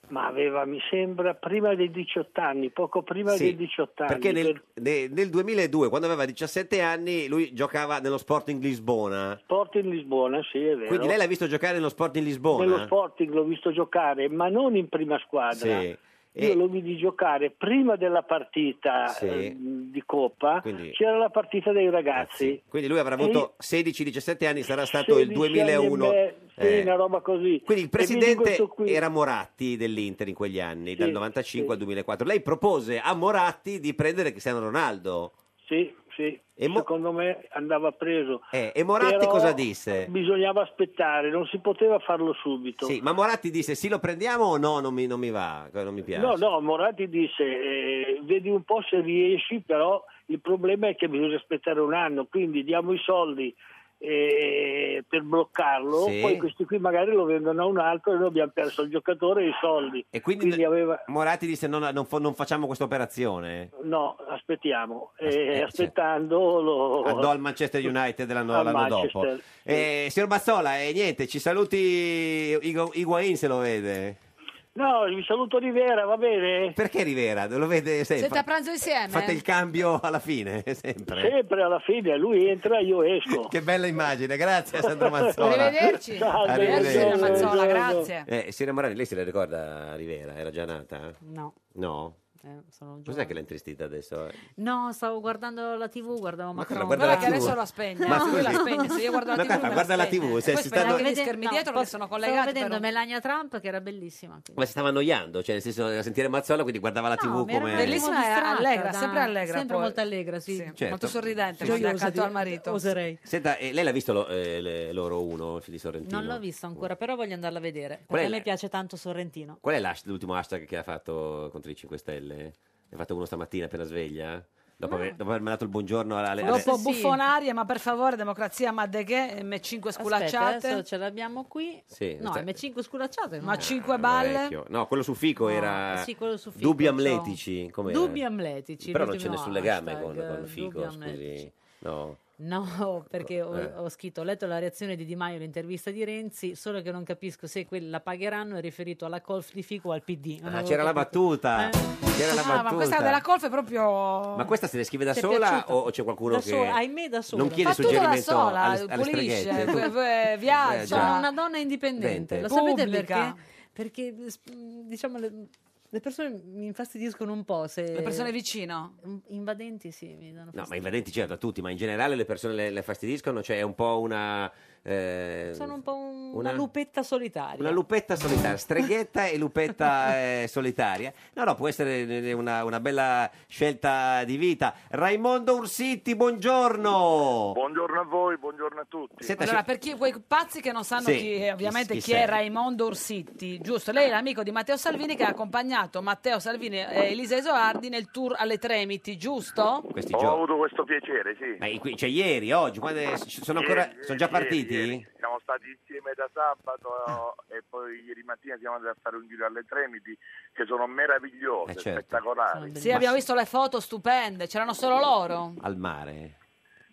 Ma aveva, mi sembra, prima dei 18 anni, poco prima Sì, dei 18 anni. Perché nel, ne- nel 2002, quando aveva 17 anni, lui giocava nello Sporting Lisbona. Sport in Lisbona, sì, è vero. Quindi lei l'ha visto giocare nello Sporting Lisbona? Nello Sporting l'ho visto giocare, ma non in prima squadra. Sì. Io lo vidi giocare prima della partita Sì. eh, di Coppa, Quindi- Ah, c'era la partita dei ragazzi. Quindi lui avrà Sì. avuto 16-17 anni, sarà stato il 16 anni e 2001. me- sì, Eh, una roba così. Quindi il E vidi presidente questo qui. era Moratti dell'Inter in quegli anni, dal Sì, 95 al 2004. Lei propose a Moratti di prendere Cristiano Ronaldo. Sì, sì. Secondo me andava preso. Eh, e Moratti Però cosa disse? Bisognava aspettare, non si poteva farlo subito. Sì, ma Moratti disse sì lo prendiamo o no, non mi, non mi va, non mi piace. No, no, Moratti disse, eh, vedi un po' se riesci, però il problema è che bisogna aspettare un anno, quindi diamo i soldi eh, per bloccarlo, Sì. poi questi qui magari lo vendono a un altro e noi abbiamo perso il giocatore e i soldi. E quindi, aveva... Moratti disse no, no, non, fo- non facciamo questa operazione. No, aspettiamo, E Aspetta. certo. aspettando lo... Andò Ah, al Manchester United l'anno, Al l'anno dopo. Manchester, Eh, signor Bazzola, eh, niente, ci saluti Igo- Higuain se lo vede. No, vi saluto Rivera, va bene? Perché Rivera? Lo vede sempre? Siete a pranzo insieme? Eh, Fate eh. il cambio alla fine, sempre. Sempre alla fine, lui entra, io esco. Che bella immagine, grazie a Sandro Mazzola. Arrivederci. Ciao, Arrivederci, Arrivederci. Mazzola, grazie. Eh, Sira Morani, lei se la ricorda Rivera? Era già nata? No, No? eh, sono Cos'è giovane. che l'ha intristita adesso? No, stavo guardando la TV, guardavo cosa, Macron. guarda Guarda la che TV? adesso la spegne, Ma scusi. la spegne, se io guardo la Ma TV guarda, me la guarda la spegne. TV, se Poi si spegne stanno- anche gli schermi dietro che posso- sono collegati, Stavo vedendo però. Melania Trump che era bellissima. Ma si stava annoiando, cioè nel senso a sentire Mazzola, quindi guardava la TV mi ero come... un attimo Bellissima, distratta Cioè, allegra, da- sempre allegra, Sempre poi. molto allegra, sì. Certo. molto sorridente, Gioiosa quando è accanto di- al marito. Oserei. Senta, eh, lei l'ha visto lo- eh, le- loro uno di Sorrentino? Non l'ho vista ancora, però voglio andarla a vedere. Qual Perché è a la- me piace tanto Sorrentino. Qual è l'has- l'ultimo hashtag che ha fatto contro i 5 Stelle? Ne ha fatto uno stamattina appena sveglia? Dopo, aver, dopo aver mandato il buongiorno alla... alle- Dopo alle- buffonarie, ma per favore, democrazia, ma de che, M5 Aspetta, sculacciate. adesso ce l'abbiamo qui. Sì, no, cioè- M5 sculacciate. Ma 5 balle. Vecchio. No, quello su Fico No, era... sì, quello su Fico, Dubbi cioè- amletici. com'era? Dubbi amletici. Però non c'è l'ultimo nessun legame con, hashtag, con eh, Fico, dubbi scusi. No. No, perché ho, Eh. ho scritto, ho letto la reazione di Di Maio all'intervista di Renzi, solo che non capisco se quella pagheranno è riferito alla colf di Fico o al PD. Non Ah, avevo c'era la capito. Eh. battuta. C'era la Ah, battuta. ma questa della colf è proprio... Ma questa se le scrive da Ti è sola piaciuta? o o c'è qualcuno Da che sola, ahimè, da sola. non chiede Fa tutto da suggerimento sola, alle, alle pulisce, streghette? Tu- eh, viaggia. Eh, già. Sono una donna indipendente, Dente. lo sapete Pubblica. perché? Perché, s- mh, diciamo, le- Le persone mi infastidiscono un po'. Se... Le persone vicino? Invadenti sì, mi danno No, ma fastidio. invadenti c'è da tutti, ma in generale le persone le, le fastidiscono, cioè è un po' una... eh, Sono un po' un- una- una lupetta solitaria. Una lupetta solitaria, streghetta e lupetta eh, solitaria. No, no, può essere eh, una, una bella scelta di vita. Raimondo Ursitti, buongiorno! Buongiorno a voi, buongiorno a tutti. Senta, Allora, se- per chi, quei pazzi che non sanno Sì, chi, eh, ovviamente chi chi, è sei. Raimondo Ursitti, giusto? Lei è l'amico di Matteo Salvini che ha accompagnato Matteo Salvini e Elisa Esoardi nel tour alle Tremiti, giusto? Questi Ho giorni. avuto questo piacere, sì. Ma i- qui- cioè ieri, oggi, quando è- ci sono, Ieri, ancora, ieri, sono già ieri, partiti? ieri. Siamo stati insieme da sabato e poi ieri mattina siamo andati a fare un giro alle Tremiti che sono meravigliose, Eh, certo. spettacolari. Sì, abbiamo visto le foto stupende, c'erano solo loro. Al mare,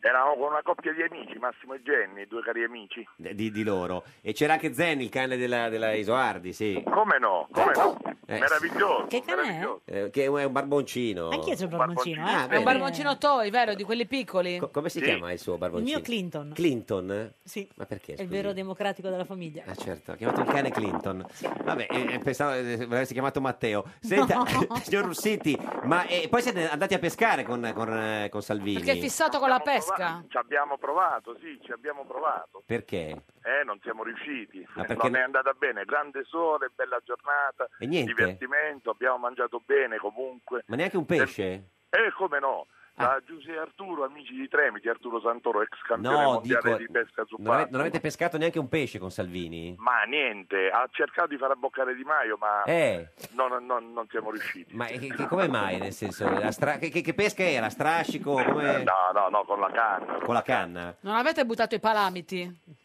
Eravamo con una coppia di amici, Massimo e Jenny, due cari amici. de- di, di loro. E c'era anche Zen, il cane della, della Isoardi, sì. Come no, come no? Eh, Meraviglioso. Che cane Eh, che è un è un barboncino. Anch'io sono un barboncino. eh. è un barboncino toy, vero? Di quelli piccoli. Ah, Co- come si chiama il suo Il barboncino? mio Clinton. Clinton? Sì. Ma perché? È il scusi? vero democratico eh, della famiglia. Ah certo, ha chiamato il cane Clinton. Vabbè, eh, eh, pensavo eh, ve l'avessi chiamato Matteo. Senta, signor Russetti, ma eh, poi siete andati a pescare con, con, eh, con Salvini. Perché è fissato con la pesca. Ci abbiamo provato, sì, ci abbiamo provato. Perché? Eh, non siamo riusciti, Ah, perché non è no? andata bene, grande sole, bella giornata, E niente? divertimento, abbiamo mangiato bene comunque. Ma neanche un pesce? E Eh, come no? Ah. Da Giuseppe Arturo, amici di Tremiti, Arturo Santoro, ex campione No, dico, mondiale di pesca su non, ave- barca. non avete pescato neanche un pesce con Salvini? Ma niente, ha cercato di far abboccare Di Maio, ma Eh. no, no, no, non siamo riusciti. Ma eh, che, che- come mai? Nel senso, la stra- che, che- che pesca era? Strascico? Come... No, no, no, con la canna. Con la canna? Non avete buttato i palamiti?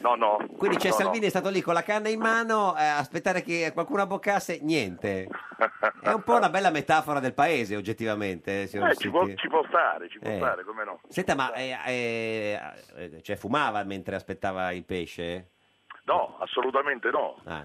No, no. Quindi c'è no, no. Salvini è stato lì con la canna in mano eh, a aspettare che qualcuno abboccasse, niente. È un po' una bella metafora del paese, oggettivamente, eh, signor Eh, ci, può, Rossetti. ci può stare, ci può Eh. stare, come no. Senta, ma eh, eh, eh, cioè, fumava mentre aspettava il pesce? No, assolutamente no. Ah,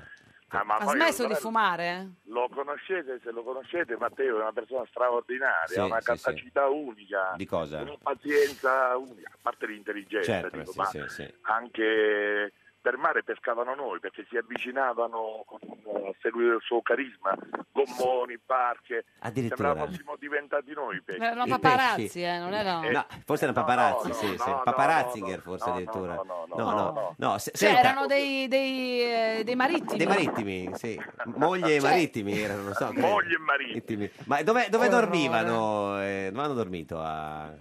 Ah, ma Ha poi- smesso di guarda, fumare? Lo conoscete, se lo conoscete, Matteo è una persona straordinaria, Sì, ha una sì, capacità unica, di cosa? una pazienza unica, a parte l'intelligenza, Certo, dico, sì, ma sì, sì. anche per mare pescavano noi perché si avvicinavano con- eh, a seguire il suo carisma, gommoni, barche, Addirittura. sembrava fossimo diventati noi i pesci. Erano I paparazzi, pesci. eh, non erano... No, forse era paparazzi, sì, sì, paparazzinger forse addirittura. No, no, no, no, se- Cioè, senta, erano dei, dei, eh, dei marittimi. dei marittimi, sì. Moglie e Cioè- marittimi erano, non so. Moglie e marittimi. Ma dove, dove Che orrore. dormivano? eh, dove hanno dormito? A,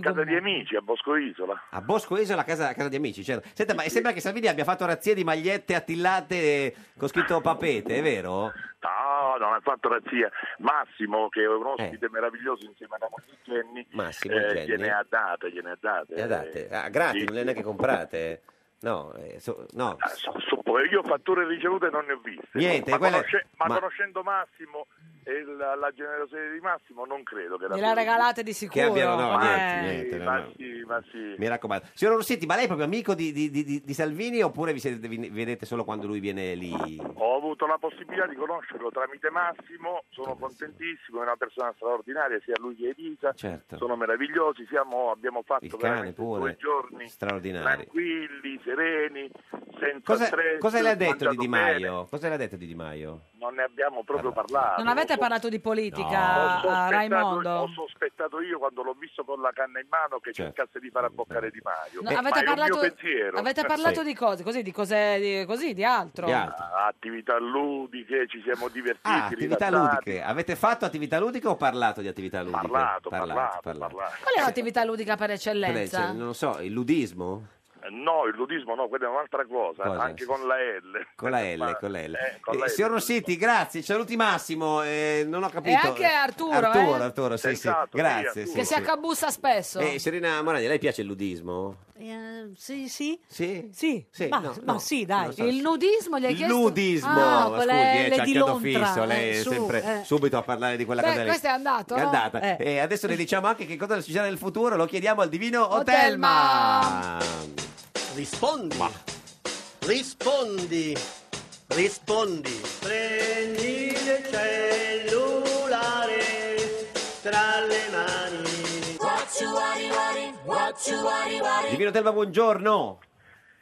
Casa di amici a Bosco Isola. a Bosco Isola, a casa, a casa di amici, certo. Senta, ma sembra che Salvini abbia fatto razzie di magliette attillate eh, con scritto papete, è vero? No, non ha fatto razzia. Massimo, che è un ospite meraviglioso insieme a Massimo Genni, Eh. Massimo eh, Genni. gliene ha date, gliene ha date. Le ha date? Ah, Eh, Sì. Ah, gratis, non le ha neanche comprate. No, eh, so- no. Poi Io fatture ricevute non ne ho viste. Niente, ma, quella- conosce- ma ma- conoscendo Massimo e la, la generosità di Massimo, non credo che... la- Gliel'ha regalate di sicuro. Che abbiano, no, eh. niente, niente, no, ma no. sì, ma sì. Mi raccomando. Signor Rossetti, ma lei è proprio amico di, di- di- di Salvini oppure vi, siete- vi vedete solo quando lui viene lì? Ho avuto la possibilità di conoscerlo tramite Massimo, sono contentissimo, è una persona straordinaria, sia lui che Elisa, Certo. sono meravigliosi, siamo- abbiamo fatto Il cane veramente pure. due giorni Straordinario. tranquilli, sereni, senza Cosa, stress. cosa le ha detto di mangiato Di bene. Maio? Cosa le ha detto di Di Maio? Non ne abbiamo proprio parlato. Non avete Ho- parlato di ho politica a sospettato- Ho Raimondo? sospettato io quando l'ho visto con la canna in mano che Certo. cercasse di far abboccare Di Maio. No, Eh, Ma è avete, un parlato, mio pensiero. avete parlato di cose, così, di cose, di, così, di altro. Ah, Attività ludiche, ci siamo divertiti. Ah, attività rilassati. ludiche. Avete fatto attività ludica o parlato di attività ludica? Parlato, parlato, Qual è l'attività ludica per eccellenza? Non lo so, il ludismo? Eh, No, il ludismo no, quella è un'altra cosa, Cosa? anche con la L. Con la L, Ma- con la L. eh, con Eh, la L. signor Rossetti, grazie, saluti Massimo, eh, non ho capito. anche Arturo, Arturo, eh? Arturo, sì, sì, Senz'altro, Esatto, sì, grazie. Arturo. sì, Che si sì. accabussa spesso. Eh, Serena Morani, a lei piace il ludismo? Eh, sì, sì. Sì? Sì, Sì, ma, no, ma no, sì, dai. non so. Il nudismo gli hai chiesto? Ludismo, Ah, ma con scusi, la eh, L ci ha di chiodo Lontra. fisso, lei Eh, è su, sempre eh. subito a parlare di quella Beh, cosa lì. questo è andato, È no? andata. Eh. E adesso le diciamo anche che cosa succederà nel futuro, lo chiediamo al divino Otelma. Rispondi. Rispondi. Rispondi. Prendi il cellulare tra le mani. What you worry, worry, what you worry, worry. Divino Otelma, buongiorno.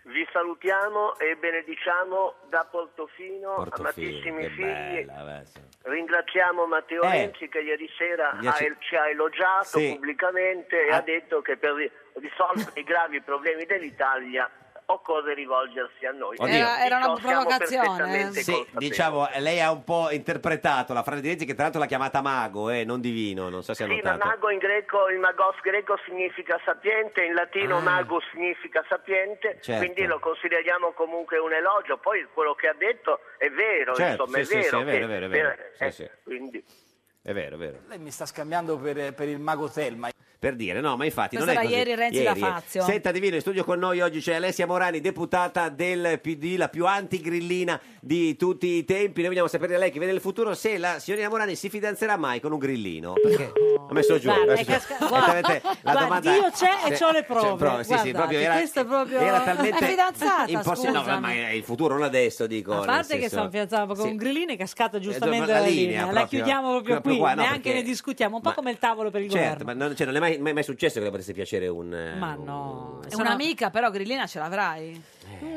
Vi salutiamo e benediciamo da Portofino, amatissimi che figli. bella. beh, sì. Ringraziamo Matteo Eh. Renzi che ieri sera Gli ha- ha- ci ha elogiato Sì. pubblicamente e ha detto che per ri- risolvere i gravi problemi dell'Italia occorre rivolgersi a noi. Oddio. Era- era una Dico, siamo provocazione, perfettamente eh. Sì, consapevoli. diciamo, lei ha un po' interpretato la frase di Renzi, che tra l'altro l'ha chiamata mago, eh, non divino, non so se ha Sì, ma notato. mago in greco, il magos greco significa sapiente, in latino mago significa sapiente, Ah. Certo. quindi lo consideriamo comunque un elogio. Poi quello che ha detto è vero, Certo, sì, insomma, sì, è sì, vero. è vero, è che- vero, è vero. per- Sì, eh, sì. Quindi, È vero, è vero. Lei mi sta scambiando per, per il mago Telma. Per dire, no, ma infatti Questo non è era così. ieri Renzi da eh. Fazio. Senta Divino, in studio con noi oggi c'è Alessia Morani, deputata del PD, la più antigrillina di tutti i tempi. Noi vogliamo sapere da lei che vede il futuro se la signorina Morani si fidanzerà mai con un grillino. Perché? Ho messo giù. Guarda, ho messo è giù. casca- Esattamente, la guarda, domanda Dio c'è e se- c'ho le prove. c'è prove, sì, sì, Guardate, proprio era- questo è proprio- era talmente È fidanzata, impossi- no, scusami. ma è il futuro, non adesso, dico. A nel parte che senso- sono fidanzata con Sì. un grillino è cascato Eh, giustamente la la linea, linea. La proprio- chiudiamo proprio proprio qui, qua, no, neanche perché- ne discutiamo, un po' come il tavolo per il Certo, governo. ma non, cioè, non è mai, mai- mai successo che le potesse piacere un... eh, Ma un- no. È un'amica, però grillina ce l'avrai.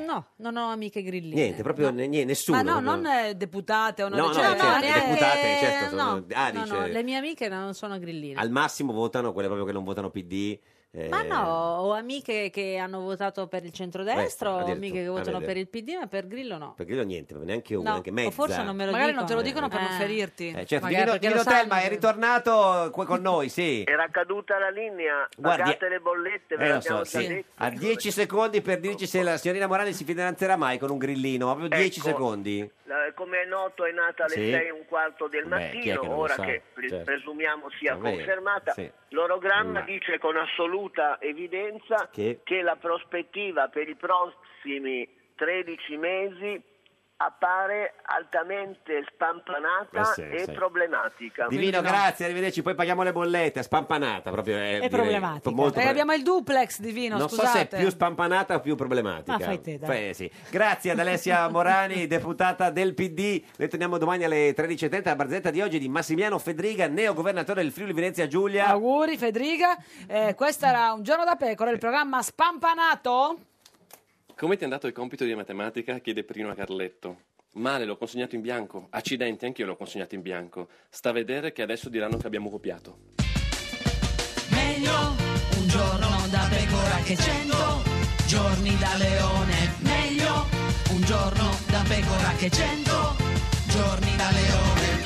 No, non ho amiche grilline. Niente, proprio ne- niente, Eh. nessuno. Ma no, proprio. non eh, deputate o non No, no, cioè, certo, neanche- deputate, certo, sono- eh, No, ah, no, dice- no, le mie amiche non sono grilline. Al massimo votano quelle proprio che non votano PD. eh, Ma no, ho amiche che hanno votato per il Destra, centrodestra, ho addirittura. amiche che votano Vabbè. per il PD, ma per Grillo no. Perché io neanche, neanche una, No, neanche o mezza. forse non me lo Magari dicono. non te lo dicono per non Eh. ferirti. Ah. Eh, certo, Magari Divino, perché Divino lo sanno Telma è che- ritornato qua con noi, sì. Era caduta la linea, Guardi, pagate le bollette, ve Eh, lo l'abbiamo so, già sì. detto. A 10 secondi per dirci se la signorina Morani si fidanzerà mai con un grillino. Proprio 10 Ecco. secondi. La- Come è noto è nata alle Sì. 6 e un quarto del Beh, chi è mattino, che non lo ora sa? che pre- Certo. presumiamo sia Vabbè, confermata. sì. L'orogramma Ma- dice con assoluta evidenza Che? che... la prospettiva per i prossimi 13 mesi appare altamente spampanata Eh sì, e sì. problematica. Divino, grazie, arrivederci. Poi paghiamo le bollette. Spampanata proprio. eh, direi, problematica. molto Perché pro- abbiamo il duplex di vino, non so se scusate. è più spampanata o più problematica. Ma fai te, dai. Fai- eh, sì. Grazie ad Alessia Morani, deputata del PD. Noi torniamo domani alle 13.30 la barzetta di oggi di Massimiliano Fedriga, neo governatore del Friuli Venezia Giulia. Auguri Federica, Eh, questo era un giorno da pecora, il programma spampanato. Come ti è andato il compito di matematica? chiede prima Carletto. Male, l'ho consegnato in bianco. Accidenti, anch'io l'ho consegnato in bianco. Sta a vedere che adesso diranno che abbiamo copiato. Meglio un giorno da pecora che cento giorni da leone. Meglio un giorno da pecora che cento giorni da leone.